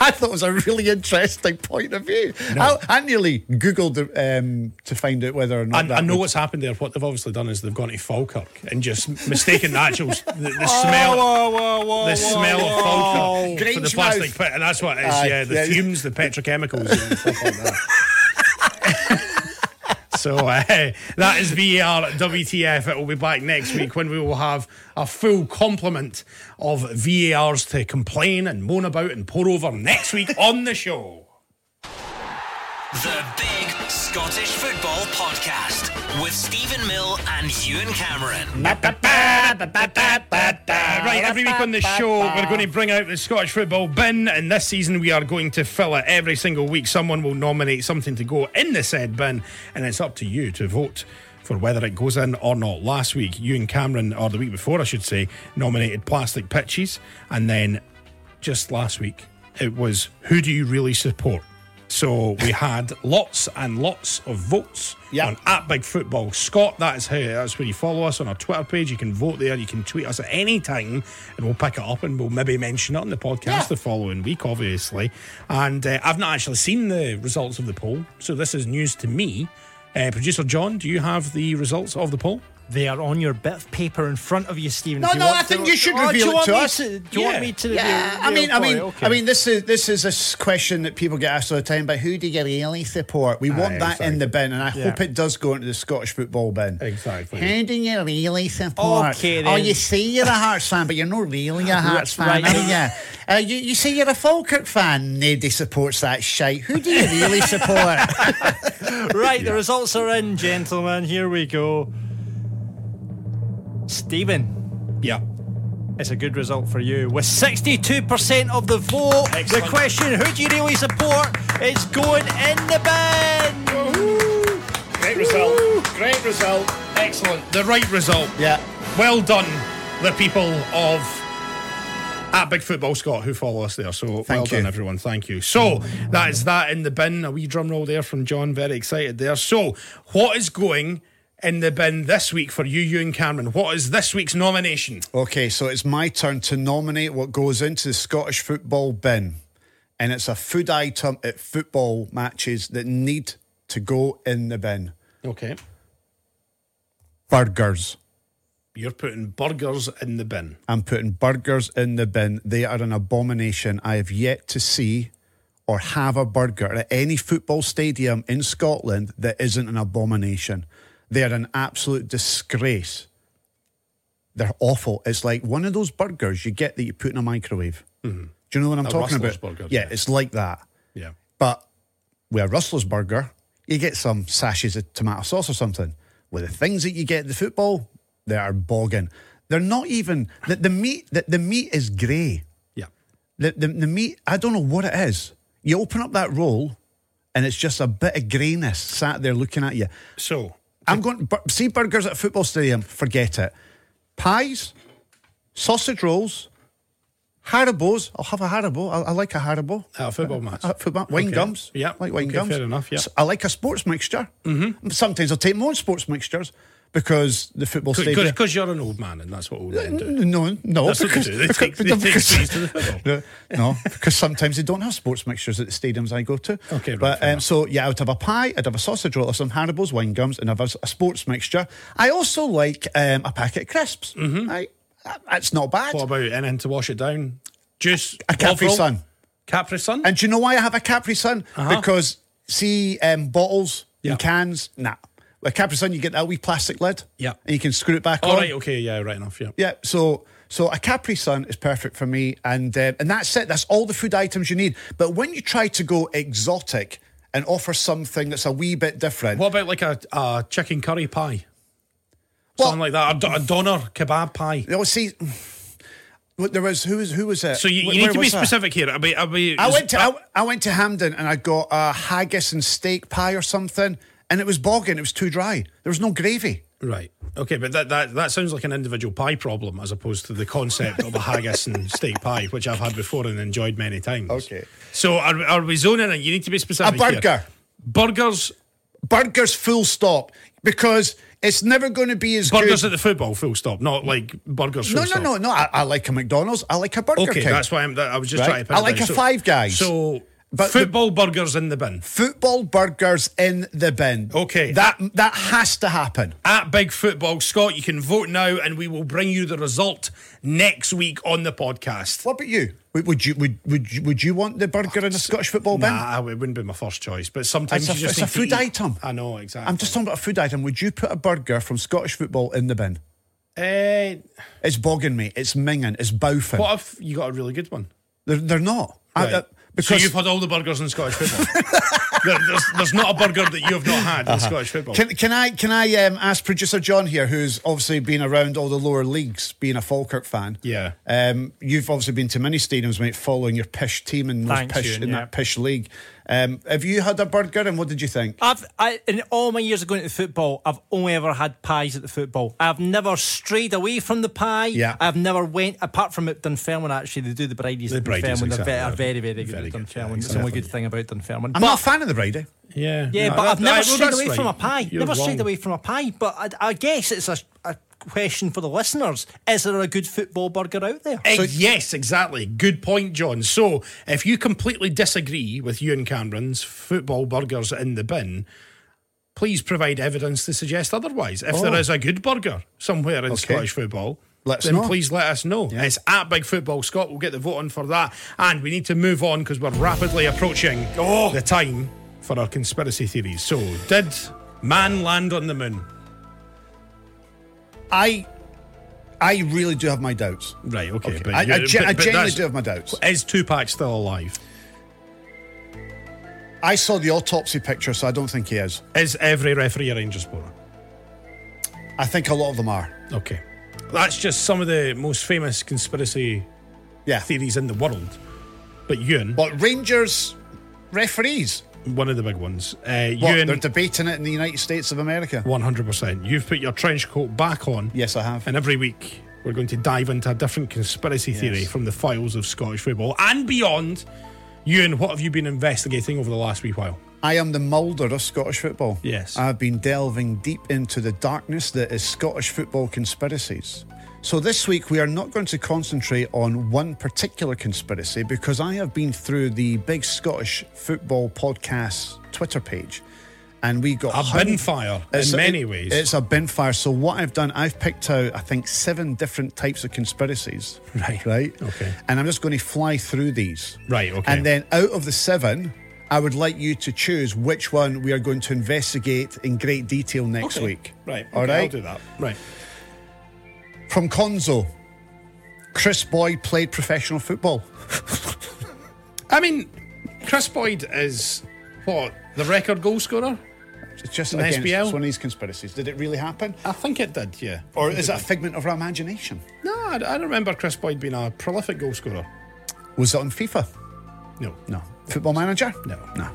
I thought it was a really interesting point of view. I, I nearly googled um, to find out whether or I, not I that know would- what's happened there. What they've obviously done is they've gone to Falkirk and just mistaken the actual the, [laughs] the Oh, smell. the smell of Falkirk for the Grange plastic mouth. pit, and that's what it is. Aye, yeah, the yeah. fumes, the petrochemicals, and stuff like that. So uh, [laughs] that is VAR at WTF. It will be back next week when we will have a full complement of VARs to complain and moan about and pour over next week on the show. The Big Scottish Football Podcast with Stephen Mill and Ewan Cameron. Right, every week on the show, we're going to bring out the Scottish football bin, and this season we are going to fill it every single week. Someone will nominate something to go in the said bin, and it's up to you to vote for whether it goes in or not. Last week, you and Cameron, or the week before, I should say, nominated plastic pitches, and then just last week, it was who do you really support? So we had lots and lots of votes Yeah. on at Big Football Scott. That is how that's where you follow us on our Twitter page. You can vote there. You can tweet us at any time, and we'll pick it up and we'll maybe mention it on the podcast the following week, obviously. And uh, I've not actually seen the results of the poll, so this is news to me. Uh, Producer John, do you have the results of the poll? They are on your bit of paper in front of you, Stephen. No, if you no, want I to- think you should Oh, do reveal it want to me us. Do you Yeah. want me to reveal? Yeah, I reveal mean, I for mean, you? Okay. I mean, this is this is a s- question that people get asked all the time. But who do you really support? We want Aye, that in the exactly. bin, and I hope it does go into the Scottish football bin. Exactly. Who do you really support? Okay, Oh, then. you say you're a Hearts fan, but you're not really a Hearts fan, right. are you? Uh, you, you say you're a Falkirk fan. Nobody supports that shite. Who do you really support? right, the results are in, gentlemen. Here we go. Stephen, Yeah. it's a good result for you. With 62% of the vote, Excellent. the question, who do you really support, is going in the bin. Great result. Great result. Excellent. The right result. yeah. Well done, the people of at Big Football Scott who follow us there. So well Thank you. done, everyone. Thank you. So that is that in the bin. A wee drum roll there from John. Very excited there. So what is going in the bin this week for you, you and Cameron? What is this week's nomination? Okay, so it's my turn to nominate what goes into the Scottish football bin. And it's a food item at football matches that need to go in the bin. Okay. Burgers. You're putting burgers in the bin. I'm putting burgers in the bin. They are an abomination. I have yet to see or have a burger at any football stadium in Scotland that isn't an abomination. They are an absolute disgrace. They're awful. It's like one of those burgers you get that you put in a microwave. Do you know what I'm Mm-hmm. A talking Rustler's about? burger, yeah, yeah. it's like that. Yeah. But with a Rustler's burger, you get some sashes of tomato sauce or something. With the things that you get at the football, they are bogging. They're not even the, the meat. The, the meat is grey. Yeah. The, the the meat. I don't know what it is. You open up that roll, and it's just a bit of greyness sat there looking at you. So I'm going bur- see burgers at a football stadium. Forget it. Pies, sausage rolls, Haribo's. I'll have a Haribo. I, I like a Haribo. at a football match. Uh, for my- wine Okay. gums. Yeah. Like wine okay, gums. Fair enough. Yeah. S- I like a sports mixture. Mm-hmm. Sometimes I'll take my own sports mixtures because the football stadium. Mm. Because you're an old man, and that's what we'll do. No, no. That's what they because, do. They because- take- they take because- cheese to the football. No, [laughs] no, because sometimes they don't have sports mixtures at the stadiums I go to. Okay, right, but fair um, enough. so yeah, I would have a pie, I'd have a sausage roll, or some Haribo's wine gums, and I'd have a, a sports mixture. I also like um, a packet of crisps. Mm-hmm. I, that- that's not bad. What about and then to wash it down? Juice. A Capri Aperol? Sun. Capri Sun. And do you know why I have a Capri Sun? Because see um, bottles Uh-huh. Yeah. and cans, nah. Like Capri Sun, you get that wee plastic lid. Yeah. And you can screw it back All on. right, okay, yeah, right enough, yeah. Yeah, so so a Capri Sun is perfect for me, and uh, and that's it. That's all the food items you need. But when you try to go exotic and offer something that's a wee bit different, What about like a, a chicken curry pie? Well- Something like that, a, do- a doner kebab pie. you know, see, [sighs] what there was who was who was it? So you, you Wh- need where to be was that? specific here. I'll be, I'll be, I went to I, I went to Hamden and I got a haggis and steak pie or something, and it was bogging. It was too dry. There was no gravy. Right. Okay, but that, that that sounds like an individual pie problem as opposed to the concept of a haggis and steak pie, which I've had before and enjoyed many times. Okay. So are, are we zoning in? You need to be specific. here. burger. Burgers. Burgers, full stop, because it's never going to be as Burgers good. at the football, full stop. Not like burgers. Full no, no, stop. no, no. I, I like a McDonald's. I like a Burger Okay, King. that's why I'm. That, I was just trying Right. to. pin I it like down. a Five Guys. So But the- football burgers in the bin. football burgers in the bin. Okay. That that has to happen. at Big Football Scott. You can vote now, and we will bring you the result next week on the podcast. What about you? Would, would you would would you, would you want the burger in a Scottish football bin? Nah, it wouldn't be my first choice, but sometimes It's a- you just it's need a to food eat. item. I know exactly. I'm just talking about a food item. Would you put a burger from Scottish football in the bin? Eh, It's bogging me. It's minging. It's bowfing. what if you got a really good one? They're, they're not. I- Right. uh, so because you've had all the burgers in Scottish [laughs] football. There- there's, there's not a burger that you have not had in Scottish football. Uh-huh. can, can I can I um, ask producer John here, who's obviously been around all the lower leagues, being a Falkirk fan? Yeah. Um, you've obviously been to many stadiums, mate, following your pish team in, those Thanks, pish, Ewan, in yeah. that pish league. Um, have you had a burger, and what did you think? I've I, in all my years of going to the football, I've only ever had pies at the football. I've never strayed away from the pie. Yeah. I've never went apart from at Dunfermline. Actually, they do the bridies The at bridies, Dunfermline. They're exactly. ve- are very, very good Very good, at Dunfermline. yeah, That's the only exactly. good thing about Dunfermline. I'm But- not a fan of the Brady. yeah, Yeah, no, but that- I've never that- well, strayed that's away right. from a pie. You're never strayed wrong. away from a pie. But I, I guess it's a, a question for the listeners: Is there a good football burger out there? Eh, yes, exactly. Good point, John. So, if you completely disagree with Ewan Cameron's football burgers in the bin, please provide evidence to suggest otherwise. If there is a good burger somewhere in Scottish football, Oh. Let us then know. please let us know. It's at Big Football Scott. We'll get the vote on for that. And we need to move on because we're rapidly approaching Oh. the time for our conspiracy theories. So, did man land on the moon? I, I really do have my doubts. Right, okay. I, I, you- gen- I but- but genuinely that's- do have my doubts. Is Tupac still alive? I saw the autopsy picture, so I don't think he is. Is every referee a Rangers player? I think a lot of them are. Okay. That's just some of the most famous conspiracy Yeah. theories in the world. But Ewan, But Rangers referees. one of the big ones. Uh, What, they're Ewan, debating it in the United States of America. 100%. You've put your trench coat back on. Yes, I have. And every week, we're going to dive into a different conspiracy theory from the files of Scottish football and beyond. Ewan, what have you been investigating over the last wee while? I am the Mulder of Scottish football. Yes. I've been delving deep into the darkness that is Scottish football conspiracies. So this week we are not going to concentrate on one particular conspiracy because I have been through the big Scottish football podcast Twitter page and we got A hun- bin fire in It's- many it- ways. It's a bin fire. So what I've done, I've picked out I think seven different types of conspiracies. Right. Right. Okay. And I'm just going to fly through these. Right, okay. And then out of the seven, I would like you to choose which one we are going to investigate in great detail next week. Right. All okay, right. I'll do that. Right. From Conzo, Chris Boyd played professional football. I mean, Chris Boyd is what? The record goal scorer? It's just An again, SBL? It's one of these conspiracies. Did it really happen? I think it did, yeah. Or is it a figment of our imagination? No, I, I remember Chris Boyd being a prolific goal scorer. Was it on FIFA? No. No. Football manager? No. No.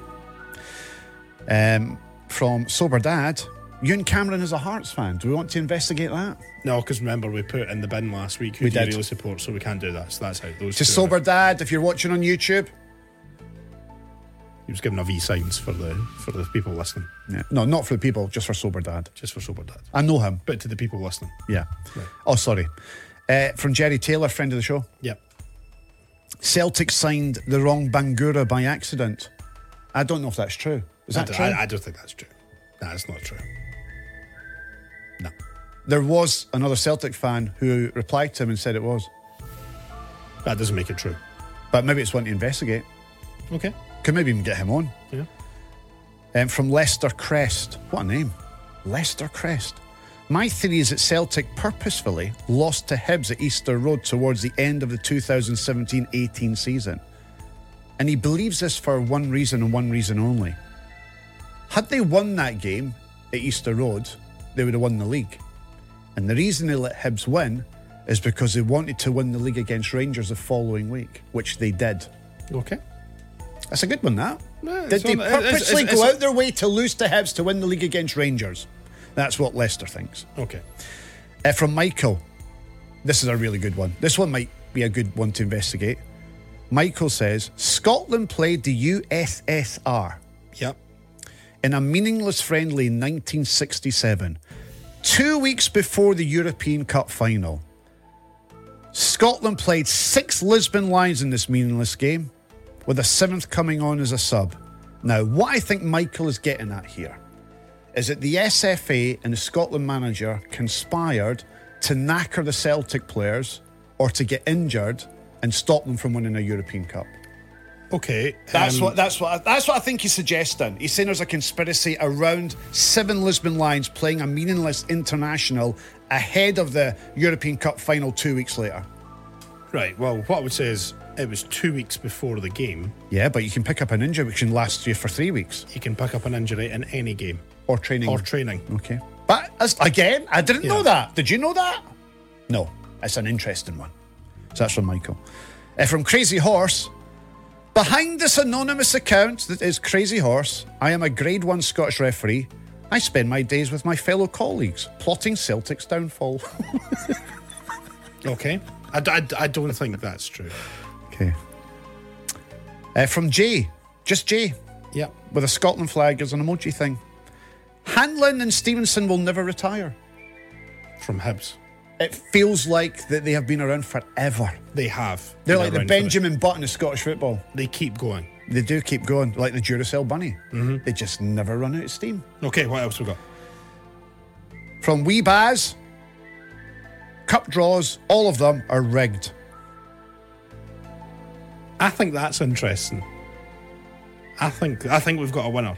Um, from Sober Dad, Ewan Cameron is a Hearts fan. Do we want to investigate that? No, because remember, we put in the bin last week who We do you did. really support, so we can't do that. So that's how those To two are- Sober Dad, if you're watching on YouTube. He was giving a V signs for the for the people listening, No, no, not for the people, just for Sober Dad. just for Sober Dad. I know him. But to the people listening. Yeah. Oh, sorry. Uh, from Jerry Taylor, friend of the show. Yep. Celtic signed the wrong Bangura by accident. I don't know if that's true. Is I, that d- true? I, I don't think that's true. That's not true. No. there was another Celtic fan who replied to him and said it was, That doesn't make it true. but maybe it's one to investigate. Okay. Could maybe even get him on. Yeah. Um, from Lester Crest. What a name. Leicester Crest. My theory is that Celtic purposefully lost to Hibs at Easter Road towards the end of the 2017 18 season. And he believes this for one reason and one reason only. Had they won that game at Easter Road, they would have won the league. And the reason they let Hibs win is because they wanted to win the league against Rangers the following week, which they did. Okay. That's a good one, that. Yeah, it's Did they on- it's- it's- purposely it's- go out their way to lose to Hibs to win the league against Rangers? That's what Leicester thinks. Okay. Uh, from Michael, this is a really good one. This one might be a good one to investigate. Michael says Scotland played the USSR Yep. in a meaningless friendly in 1967, two weeks before the European Cup final. Scotland played six Lisbon Lions in this meaningless game, with a seventh coming on as a sub. Now, what I think Michael is getting at here is that the SFA and the Scotland manager conspired to knacker the Celtic players or to get injured and stop them from winning a European Cup. Okay. That's um, what that's what that's what I think he's suggesting. He's saying there's a conspiracy around seven Lisbon Lions playing a meaningless international ahead of the European Cup final two weeks later. Right. Well, what I would say is it was two weeks before the game. Yeah, but you can pick up an injury which can last you for three weeks You can pick up an injury in any game or training. or training. okay, but as, again, I didn't Yeah. know that. Did you know that? No, it's an interesting one. So that's from Michael. Uh, from Crazy Horse. Behind this anonymous account that is Crazy Horse, I am a grade one Scottish referee. I spend my days with my fellow colleagues plotting Celtic's downfall. [laughs] Okay. I, d- I d- I don't think that's true. okay. Uh, from Jay, just Jay, Yep. with a Scotland flag as an emoji thing. Hanlon and Stevenson will never retire. From Hibs. It feels like that they have been around forever. They have. They're been like the around for it. Benjamin Button of Scottish football. They keep going. They do keep going, like the Duracell bunny. Mm-hmm. They just never run out of steam. Okay. What else we got? From Wee Baz, cup draws, all of them are rigged. I think that's interesting. I think I think we've got a winner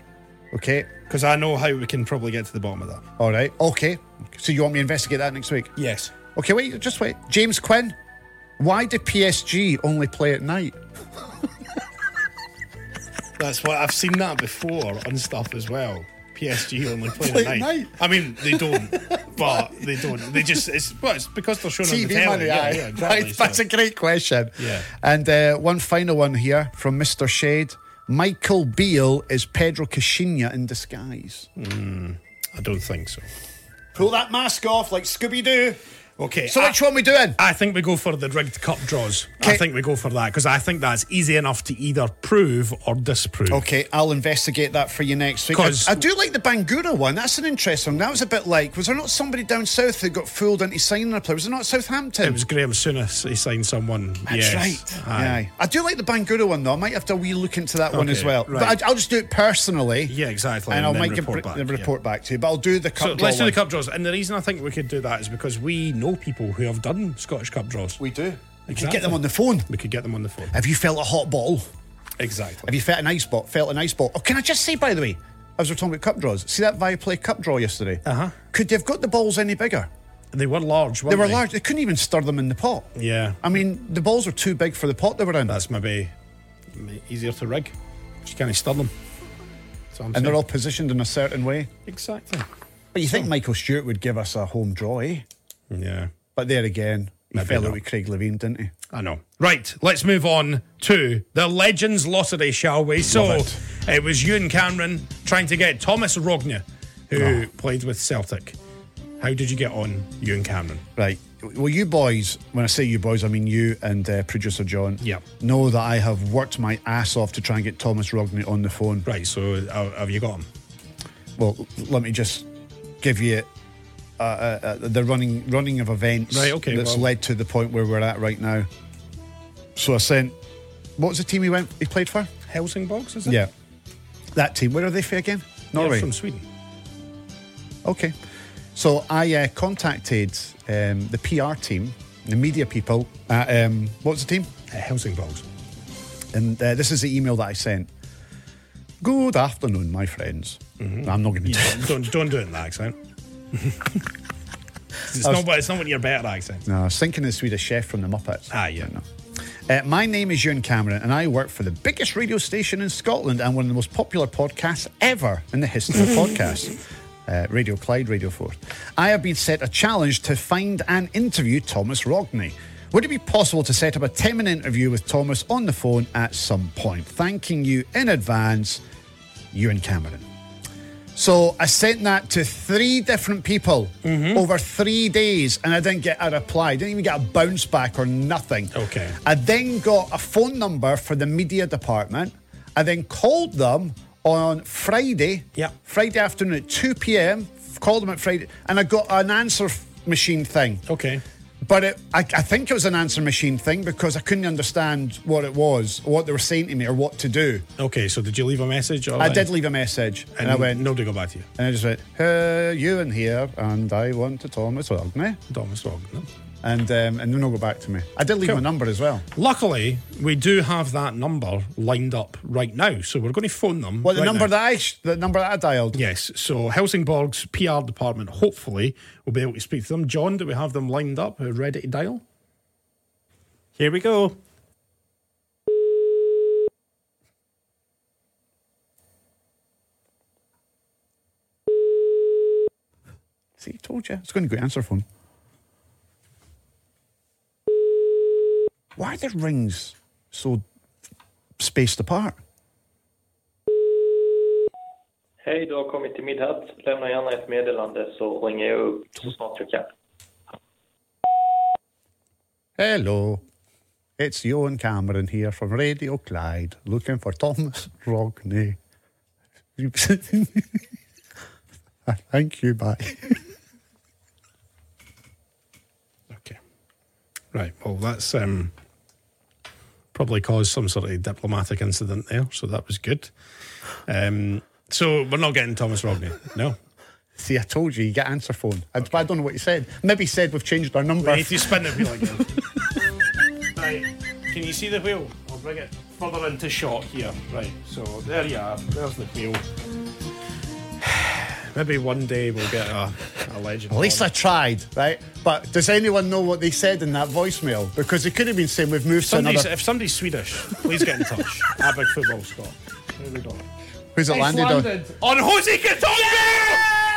Okay, because I know how we can probably get to the bottom of that. all right, okay. So you want me to investigate that next week? Yes. Okay, wait, just wait. James Quinn, why do PSG only play at night? That's what I've seen that before on stuff as well. PSG only play, Play at at night. night. I mean, they [laughs] don't, but they don't. They just it's well, it's because they're shown on the TV telly. money, yeah, aye. [laughs] yeah, exactly, Right, that's so- a great question. Yeah. And uh, one final one here from Mr. Shade. Michael Beale is Pedro Cashinha in disguise. I don't think so. Pull that mask off like Scooby Doo. Okay. So I, which one we doing? I think we go for the rigged cup draws. I Okay. think we go for that because I think that's easy enough to either prove or disprove. Okay, I'll investigate that for you next week. I, 'Cause- I do like the Bangura one. That's an interesting one. That was a bit like, was there not somebody down south that got fooled into signing a player? Was it not Southampton? It was Graham Souness. He signed someone. yes. That's right. Aye. Aye. I do like the Bangura one though. I might have to wee look into that one Okay, as well. right. But I, I'll just do it personally. Yeah, exactly, And, and I'll then make report a br- back, the yeah. report back to you. But I'll do the cup. So draw let's do the one. cup draws, and the reason I think we could do that is because we know people who have done Scottish Cup draws. We do. We can Exactly. get them on the phone. We could get them on the phone. Have you felt a hot ball? Have Exactly. you felt an ice ball? Felt an ice ball? Oh, can I just say by the way, as we're talking about cup draws, see that Viaplay cup draw yesterday? Uh Uh-huh. huh. Could they have got the balls any bigger? They were large. They Weren't were large. They couldn't even stir them in the pot. Yeah. I mean, the balls were too big for the pot they were in. That's maybe easier to rig. Just kind of stir them. So I'm and they're saying. all positioned in a certain way. exactly. But you think Michael Stewart would give us a home draw, eh? Yeah. But there again, he Maybe fell not. out with Craig Levine, didn't he? I know. Right, let's move on to the Legends Lottery, shall we? So Love it. was Ewan Cameron trying to get Thomas Rogner, who Oh. played with Celtic. How did you get on, Ewan Cameron? Right. Well, you boys, when I say you boys, I mean you and uh, producer John, Yeah. know that I have worked my ass off to try and get Thomas Rogney on the phone. Right, so uh, have you got him? Well, l- let me just give you uh, uh, uh, the running running of events Right, okay, that's well- led to the point where we're at right now. So I sent, what was the team he went? He played for? Helsingborgs, is it? Yeah. That team. Where are they for again? They're Norway. from Sweden. Okay. So I uh, contacted um, the PR team, the media people at, um, what was the team? Uh, Helsingborgs. And uh, this is the email that I sent. Good afternoon, my friends. I'm not going to do it. don't don't do it in that [laughs] accent. it's not it's not one of your better accents. No, I was thinking of the Swedish chef from the Muppets. Ah, yeah. No. Uh, my name is Ewan Cameron, and I work for the biggest radio station in Scotland and one of the most popular podcasts ever in the history of podcasts. Uh, radio Clyde, Radio 4. I have been set a challenge to find and interview Thomas Rogney. Would it be possible to set up a 10 minute interview with Thomas on the phone at some point? Thanking you in advance, Ewan Cameron. So I sent that to three different people Mm-hmm. over three days, and I didn't get a reply. Didn't even get a bounce back or nothing. Okay. I then got a phone number for the media department. I then called them on Friday. Yeah. Friday afternoon at two p.m. f- Called them at Friday, and I got an answer f- machine thing. Okay. But it, I, I think it was an answer machine thing because I couldn't understand what it was, what they were saying to me, or what to do. Okay, so did you leave a message? Or I did leave a message, and, and I went, Nobody got back to you. and I just went, hey, you in here, and I want to Thomas Wagner. Thomas Rogan. no? And um, and then they'll go back to me. I did leave Cool. my number as well. Luckily, we do have that number lined up right now, so we're going to phone them. Well, the right number now. that I sh- the number that I dialed. Yes, so Helsingborg's PR department hopefully will be able to speak to them. John, do we have them lined up, uh, ready to dial? Here we go. See, told you it's going to go answer phone. Why are the rings so spaced apart? Hej, du har kommit till Midhat. Lämna gärna ett meddelande så ringer jag upp så snart jag kan. Hello, it's Ewan Cameron here from Radio Clyde, looking for Thomas Rogney. [laughs] Thank you, bye. Okay. Right, well, that's um, probably caused some sort of diplomatic incident there, so that was good. Um, so we're not getting Thomas Rodney, no? See, I told you, you get answer phone. I, but I don't know what you said. Maybe you said we've changed our number. We need to spin the wheel again. [laughs] right. Can you see the wheel? I'll bring it further into shot here. Right. So there you are. There's the wheel. [sighs] Maybe one day we'll get a, a legend. At least I tried, right? But does anyone know what they said in that voicemail? Because they could have been saying we've moved to Somebody's, another. if somebody's Swedish, please get in touch. Our big football score. Here we go. Who's it landed, on on? Jose Katonga!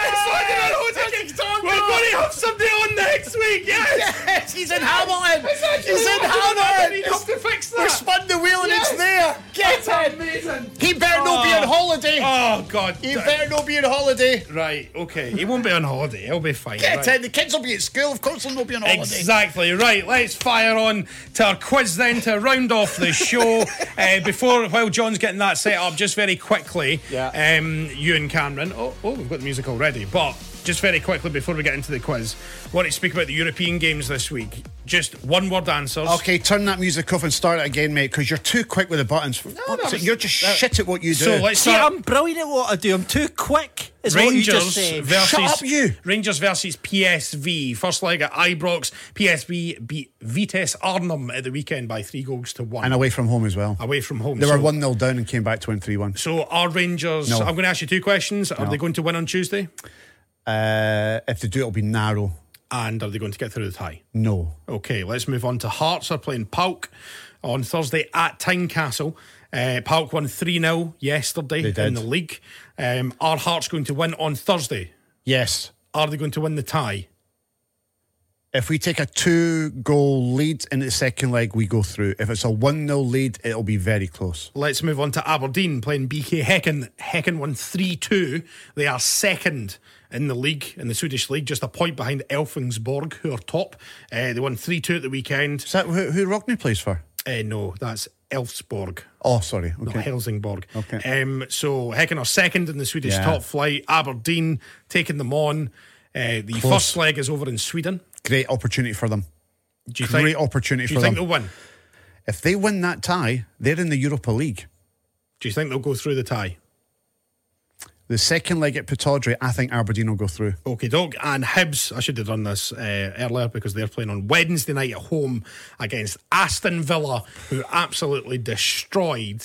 It's landed on Jose Katonga! We're going to have somebody on next week, yes! He's in Hamilton. He's in We Hamilton. have to fix that! We spun the wheel and it's Yes. there. Get it. amazing! He better not be on Oh. holiday. Oh, God. He better not be on holiday. Right, okay. He won't be on holiday. He'll be fine. Get right. it. The kids will be at school. Of course, they'll not be on holiday. Exactly right. Let's fire on to our quiz then to round off the [laughs] show. uh, before while John's getting that set up, just very quickly, Yeah. um, you and Cameron. Oh, oh, we've got the music already. But just very quickly before we get into the quiz, want to speak about the European games this week. Just one word answers. Okay, turn that music off and start it again, mate, because you're too quick with the buttons. For fuck's that sake, was- you're just that- shit at what you do. So let's See, start. I'm brilliant at what I do. I'm too quick, is what you just Rangers said. versus Shut up, you. Rangers versus PSV. First leg at Ibrox. PSV beat Vitesse Arnhem at the weekend by three goals to one. and away from home as well. away from home. They were So- 1 0 down and came back to win 3 1. So are Rangers? No. I'm going to ask you two questions. Are they going to win on Tuesday? Uh, if they do, it'll be narrow. And are they going to get through the tie? No. Okay, let's move on to Hearts. Are playing Palk on Thursday at Tynecastle. Uh, Palk won 3 0 yesterday They in did. the league. Um, are Hearts going to win on Thursday? Yes. Are they going to win the tie? If we take a two goal lead in the second leg, we go through. If it's a 1 0 lead, it'll be very close. Let's move on to Aberdeen playing BK Hecken. Hecken won 3 2. They are second in the league, in the Swedish league, just a point behind Elfingsborg, who are top. Uh, they won 3 2 at the weekend. Is that who, who Rockney plays for? Uh, no, that's Elfsborg. Oh, sorry. Not Okay. Helsingborg. Okay. Um, so Hecken are second in the Swedish Yeah. top flight. Aberdeen taking them on. Uh, the Close. first leg is over in Sweden. Great opportunity for them. Do you Great think? opportunity do for you think them. they'll win? If they win that tie, they're in the Europa League. Do you think they'll go through the tie? The second leg at Pataudry, I think Aberdeen will go through. Okay, doc. And Hibs, I should have done this uh, earlier because they're playing on Wednesday night at home against Aston Villa, who absolutely destroyed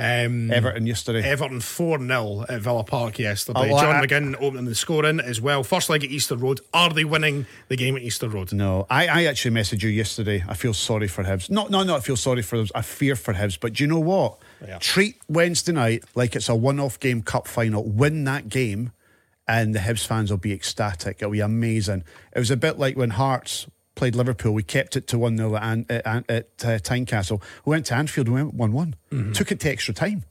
Um, Everton yesterday. Everton 4 0 at Villa Park yesterday. Oh, well, John I- McGinn opening the scoring as well. First leg at Easter Road. Are they winning the game at Easter Road? No, I, I actually messaged you yesterday. I feel sorry for Hibs. No, no, not I feel sorry for Hibs. I fear for Hibs. But do you know what? Yeah. Treat Wednesday night like it's a one off game cup final. Win that game, and the Hibs fans will be ecstatic. It'll be amazing. It was a bit like when Hearts played Liverpool. We kept it to 1 0 at, An- at, An- at uh, Tynecastle. We went to Anfield, we went 1 one Took it to extra time.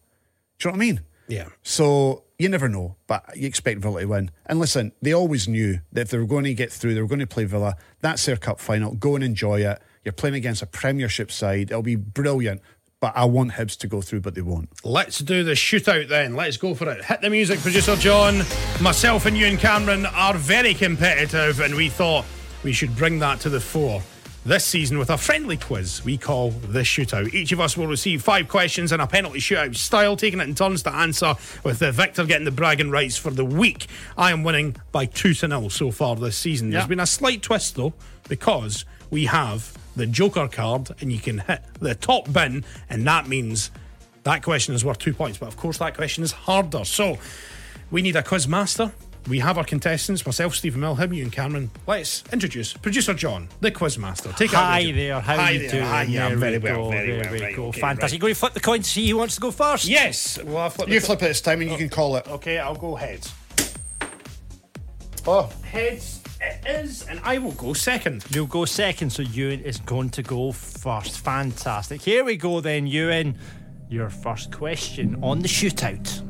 Do you know what I mean? Yeah. So you never know, but you expect Villa to win. And listen, they always knew that if they were going to get through, they were going to play Villa. That's their cup final. Go and enjoy it. You're playing against a Premiership side. It'll be brilliant. But I want Hibs to go through, but they won't. Let's do the shootout then. Let's go for it. Hit the music, producer John. Myself and you and Cameron are very competitive, and we thought we should bring that to the fore this season with a friendly quiz we call the shootout. Each of us will receive five questions in a penalty shootout style, taking it in turns to answer, with the victor getting the bragging rights for the week. I am winning by two to nil so far this season. There's Yeah. been a slight twist though, because we have the Joker card, and you can hit the top bin, and that means that question is worth two points, but of course that question is harder. So we need a quiz master. We have our contestants, myself, Stephen Mill, him, you and Cameron. Let's introduce producer John, the quiz master. Take it Hi away, John. there, how Hi are you there. doing? Hi, yeah, There I'm very we well, go, very there well. we Right, go. okay, Fantastic. right. You going to flip the coin to see who wants to go first? Yes, well I flip. You flip it this time and you can call it. Okay, I'll go heads. Oh, Heads it is, and I will go second. You'll go second, so Ewan is going to go first. Fantastic. Here we go then, Ewan. Your first question on the shootout.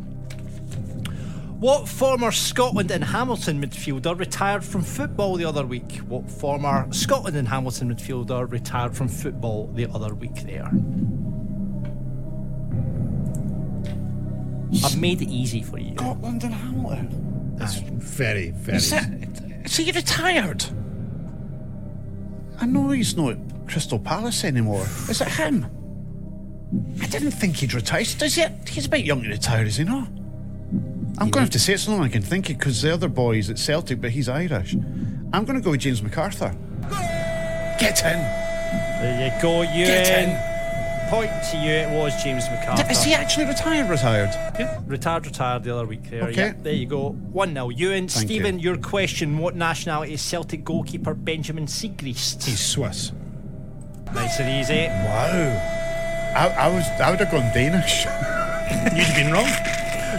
What former Scotland and Hamilton midfielder retired from football the other week? What former Scotland and Hamilton midfielder retired from football the other week there? I've made it easy for you. Scotland and Hamilton. Ah, Very, very. Is that, so you retired? I know he's not at Crystal Palace anymore. Is it him? I didn't think he'd retire. Does he? He's a bit young to retire, is he not? I'm going to have to say it's the only one I can think of because the other boy is at Celtic, but he's Irish. I'm going to go with James MacArthur. Get in. There you go, Get in. Ewan. Point to you, it was James McCarthy. Is he actually retired? Retired. Retired, retired the other week there. Okay. Yeah, there you go. 1 0. Ewan, Thank Stephen, your question What nationality is Celtic goalkeeper Benjamin Seagrist? He's Swiss. nice and easy. Wow. I, I was. I would have gone Danish. [laughs] You've been wrong.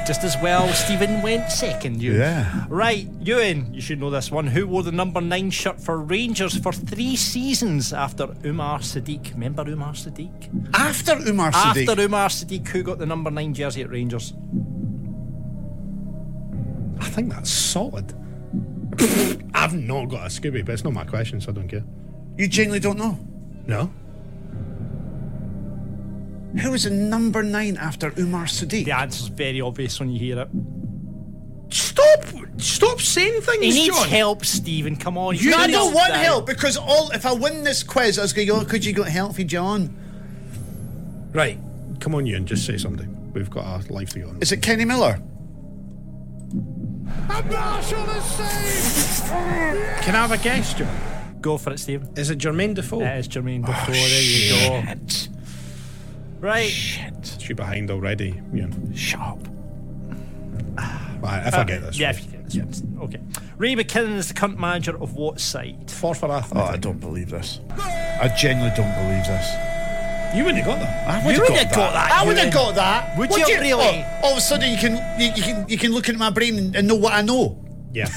Just as well, Stephen went second, you. Yeah. Right, Ewan, you should know this one. Who wore the number nine shirt for Rangers for three seasons after Umar Sadiq? Remember Umar Sadiq? After Umar Sadiq. After Umar Sadiq, who got the number nine jersey at Rangers? I think that's solid. [laughs] I've not got a Scooby, but it's not my question, so I don't care. you genuinely don't know. No. Who was in number nine after Umar Sadiq? The answer's very obvious when you hear it. Stop! Stop saying things, He needs John. help, Stephen. Come on. You I don't want Down. help because all if I win this quiz, I was going to go, "Oh, could you get healthy, John? Right, come on, Ewan, just say something. We've got our life to go on. Is it Kenny Miller? Can I have a guess, John? Go for it, Stephen. Is it Oh, Jermaine Defoe? That is Jermaine Defoe. there you go. Right. She's behind already, Ewan. Shut up. Right, if I get this. Yeah, right. if you get this one. Okay. Ray McKinnon is the current manager of what side? [laughs] Four for Athens. Oh, I don't believe this. I genuinely don't believe this. you wouldn't have got that. I You would've got that, I would you have got that. Would What you do really? oh, all of a sudden, you can you, you can you can look into my brain and, and know what I know. Yeah.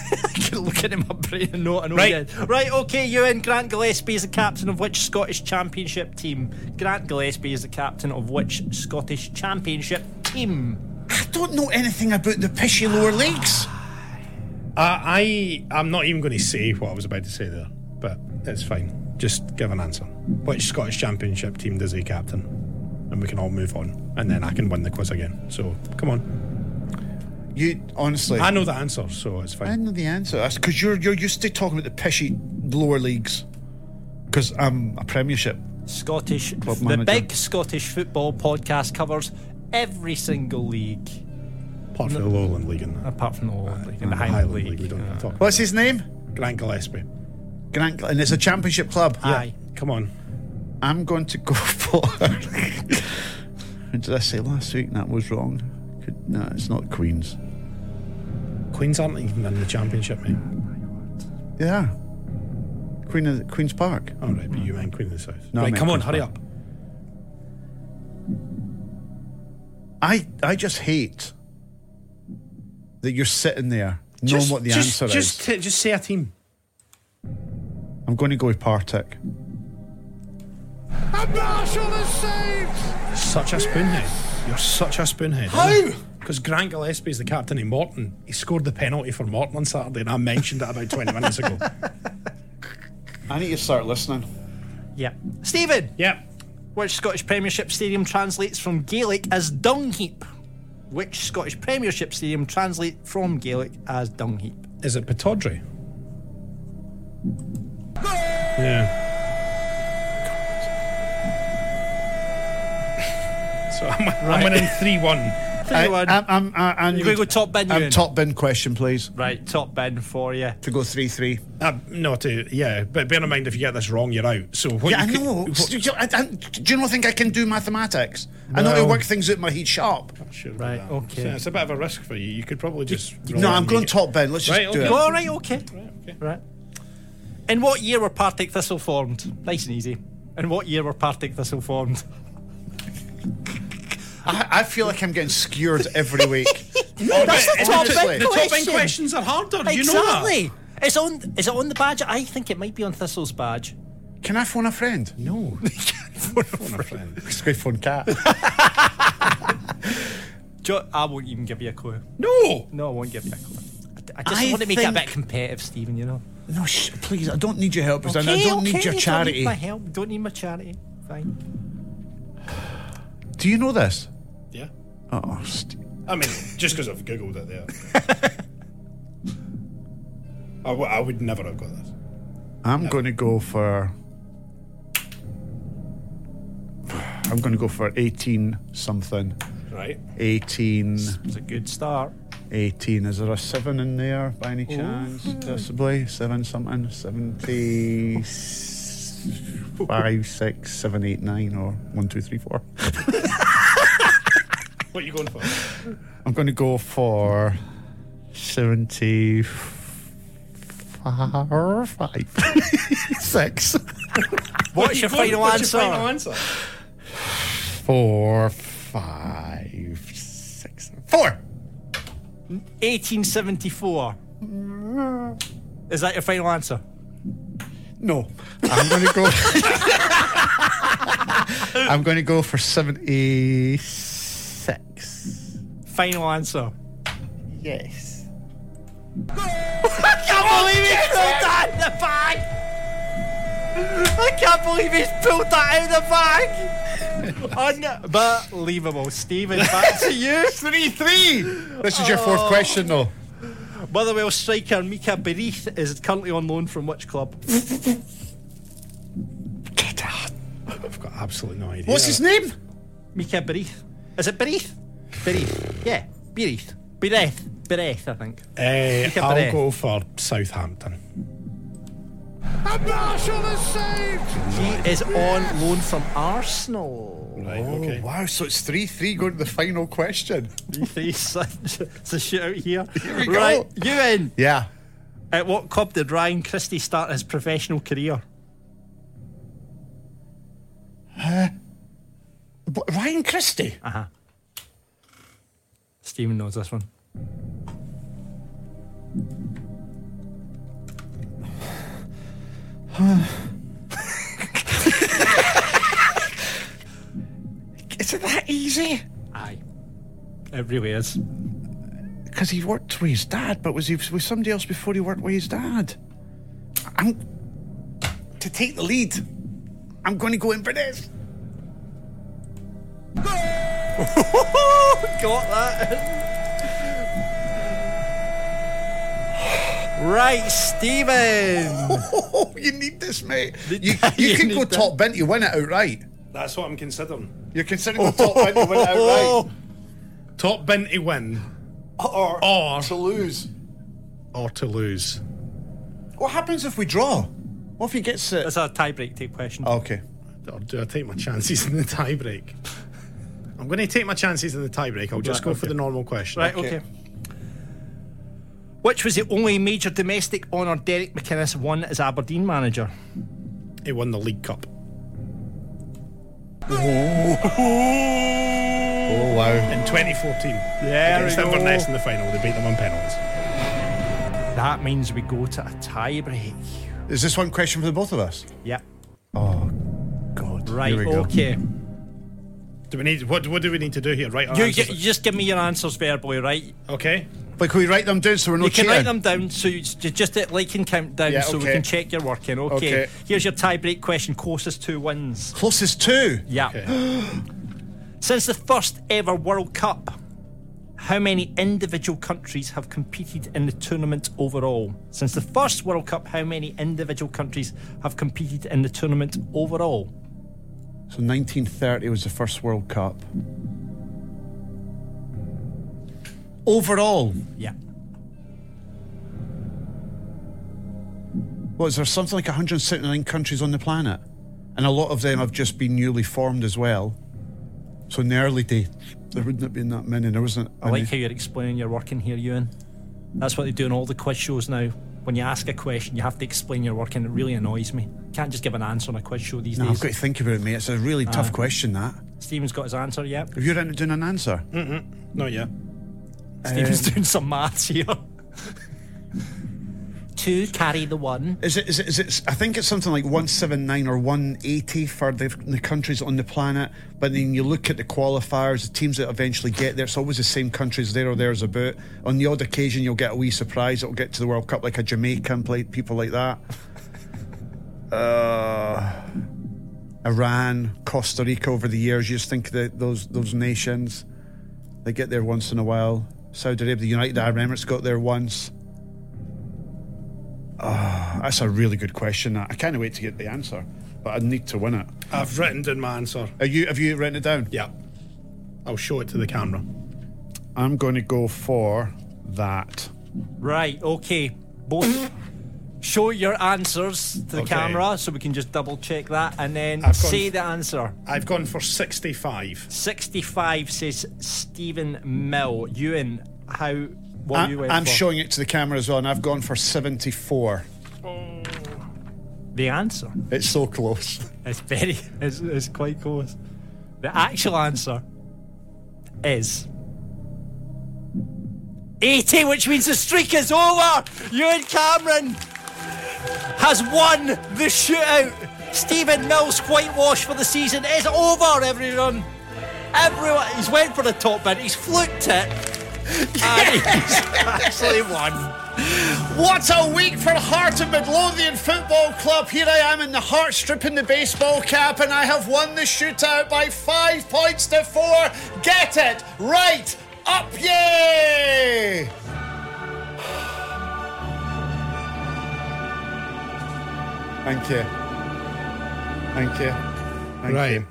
Uh, Looking at my brain and not and Right. again. Right, okay, Ewan. Grant Gillespie is the captain of which Scottish Championship team? Grant Gillespie is the captain of which Scottish Championship team? I don't know anything about the pishy lower leagues. I, I, I'm not even going to say what I was about to say there, but it's fine. Just give an answer. Which Scottish Championship team does he captain? And we can all move on. And then I can win the quiz again. So, come on. You honestly, I I, know the answer, so it's fine. know the answer. That's because you're you're used to talking about the pishy lower leagues. Because I'm a Premiership. Scottish. Club the manager. big Scottish football podcast covers every single league Apart from the Lowland League and that. apart from the Lowland League and the And Highland, League. we don't have to talk. What's his name? Grant Gillespie. Grant, and it's a Championship club. Aye. [laughs] Come on. I'm going to go for. Who did I say last week? That was wrong. Could, no, it's not Queens. Queens aren't even in the championship, mate. Yeah. Queen of Queen's Park. All right, Oh, but you meant Queen of the South. No, I right, meant come on, Queen's hurry Park. up. I I just hate that you're sitting there knowing Just- what the just, answer just, is. t- just say a team. I'm going to go with Partick. Such a spoonhead. You're such a spoonhead. How? Because Grant Gillespie is the captain of Morton. He scored the penalty for Morton on Saturday, and I mentioned it about [laughs] 20 minutes ago. I need to start listening. Yep. Stephen, Yep. which Scottish Premiership stadium translates from Gaelic as Dungheap? Which Scottish Premiership stadium translates from Gaelic as Dungheap? Is it Pataudry? Yeah. So I'm, Right. I'm winning 3 1. I, Anyone? um, I'm, I'm, I, I You're need- going to go top bin, I'm Ewan? top bin question, please. Right, top bin for you. To go three three. Uh, no, to yeah, but bear in mind if you get this wrong, you're out. So what Yeah, I you could- know. what- Do you, I, I, do you not think I can do mathematics? I know how to Well- work things out in my heat sharp. Sure Right, about okay. So it's a bit of a risk for you. You could probably just. roll and No, I'm you going get- top bin. Let's just Right, do okay. it. Go All right, okay. Right, okay. Right. In what year were Partick Thistle formed? Nice and easy. In what year were Partick Thistle formed? I, I feel like I'm getting skewered every week. [laughs] That's but the top honestly- bin The top end question. questions are harder. do You know that. Exactly. It's on. Is it on the badge? I think it might be on Thistle's badge. Can I phone a friend? [laughs] No. Phone a friend. It's good phone cat. Jo- I won't even give you a clue. No. No, I won't give you a clue. I d- I just I want to make it a bit think- competitive, Stephen. You know. no, sh- please. I don't need your help. and I Okay, don't okay, need your you charity. Don't need my help. Don't need my charity. Fine. do you know this? Yeah. Oh, st- I mean, just because I've googled it there. [laughs] I, w- I would never have got this. I'm going to go for. I'm going to go for 18 something. Right. 18. It's a good start. 18. Is there a 7 in there by any chance? Possibly. 7 something. 70. 5, 6, 7, 8, 9, or 1, 2, 3, 4. What are you going for? [laughs] I'm going to go for 75. [laughs] 6. What's You your go- final what's answer? Your final answer. 4, 5, 6, 4. 1874. Is that your final answer? No. I'm going to go. [laughs] I'm going to go for 76. Final answer. Yes. I can't believe he's pulled that out of the bag! I can't believe he's pulled that out of the bag! Unbelievable. Stephen, back to you. 3 3. This is your fourth question, though. Motherwell striker Mika Berith is currently on loan from which club? I've got absolutely no idea. What's his name? Mika Berith. Is it Berith? Berith. Yeah, Berith. Berith. Berith, I think. Uh, Mika I'll Bereth. go for Southampton. He is on loan from Arsenal. Right. Okay. Oh, Wow, so it's 3 3 going to the final question. [laughs] It's a [laughs] shootout here. we go. right, Ewan. Yeah. At what club did Ryan Christie start his professional career? But Ryan Christie. Stephen knows this one. Is it that easy? Aye. It [laughs] really is. Because he worked with his dad, but was he with somebody else before he worked with his dad? I'm. To take the lead, I'm going to go in for this. Got that. [sighs] [laughs] Right, Stephen. Oh, you need this, mate. [laughs] You, You you, can need go that. top bin to win it outright. That's what I'm considering. You're considering Oh. go top bin to win it [laughs] outright. Top bin to win Or, or to lose. or to lose. What happens if we draw? What if he gets it? Oh, That's a tie break tape question. Okay. Or do I take my chances in the tiebreak? I'm going to take my chances in the tiebreak. I'll just Right, go for the normal question. Right, okay. Which was the only major domestic honour Derek McInnes won as Aberdeen manager? He won the League Cup. Oh, wow. In 2014, There against we go. Inverness in the final, they beat them on penalties. That means we go to a tiebreak. Is this one question for the both of us? Yep. God. Right, Here we go. okay. Do we need what? What do we need to do here? Right, You, you just give me your answers verbally, right? okay. Like, we write them down so we're not You can cheating. write them down so you j- just at like and count down Yeah, so we okay. can check you're working. Okay. Okay. Here's your tiebreak question closest to wins. Closest two. Yeah. [gasps] Since the first ever World Cup, how many individual countries have competed in the tournament overall? Since the first World Cup, how many individual countries have competed in the tournament overall? So 1930 was the first World Cup. Overall, Yeah. was there something like 179 countries on the planet? And a lot of them have just been newly formed as well. So in the early day, there wouldn't have been that many. There wasn't. I any. like how you're explaining your work in here, Ewan. That's what they do in all the quiz shows now. When you ask a question, you have to explain your work, and it really annoys me. Can't just give an answer on a quiz show these No, I've days. got to think about it, mate. It's a really Uh, tough question. That Stephen's got his answer, yep. Um, have you written down an answer? Not yet. Stephen's [laughs] doing some [laughs] maths here. Two carry the one. Is it, is it? Is it? I think it's something like 179 or 180 for the, the countries on the planet. But then you look at the qualifiers, the teams that eventually get there. It's always the same countries there or there's about. On the odd occasion, you'll get a wee surprise. It'll get to the World Cup, like a Jamaican play people like that. [laughs] Uh, Iran, Costa Rica. Over the years, you just think that those those nations, they get there once in a while. Saudi Arabia, the United Arab Emirates got there once. That's a really good question. that. I can't wait to get the answer, but I need to win it. I've written down my answer. Are you? Have you written it down? Yeah. I'll show it to the camera. I'm going to go for that. Right, okay. Both show your answers to the Okay. camera so we can just double check that and then I've gone say f- the answer. I've gone for 65. 65 says Stephen Mill. Ewan, how. What were you I, went am for? showing it to the camera as well, and I've gone for 74. The answer. It's so close. It's very. [laughs] It's, it's quite close. The actual answer is. 80, which means the streak is over! Ewan Cameron has won the shootout! Stephen Mills' whitewash for the season is over, everyone! Everyone, he's went for the top bid, he's fluked it, and he's actually won. What a week for Heart of Midlothian Football Club. Here I am in the heart stripping the baseball cap, and I have won the shootout by five points to four. Get it right. Up, yay! Thank you. Thank you. Thank Right. you.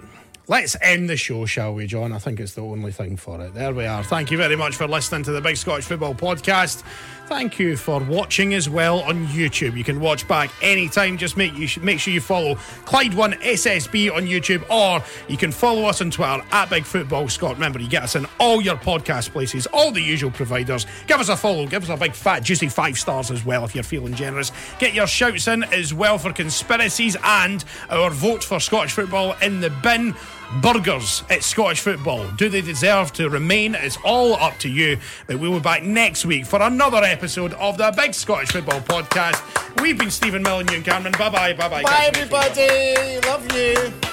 Let's end the show, shall we, John? I think it's the only thing for it. There we are. Thank you very much for listening to the Big Scottish Football Podcast. Thank you for watching as well on YouTube. You can watch back anytime. Just make you make sure you follow Clyde One SSB on YouTube, or you can follow us on Twitter at Big Football Scott. Remember, you get us in all your podcast places, all the usual providers. Give us a follow. Give us a big fat juicy five stars as well if you're feeling generous. Get your shouts in as well for conspiracies and our vote for Scottish football in the bin. Burgers at Scottish football. Do they deserve to remain? It's all up to you. But we will be back next week for another episode of the Big Scottish Football Podcast. We've been Stephen Millen, and Ewan Cameron. Bye bye. Bye bye. Bye, everybody. Love you.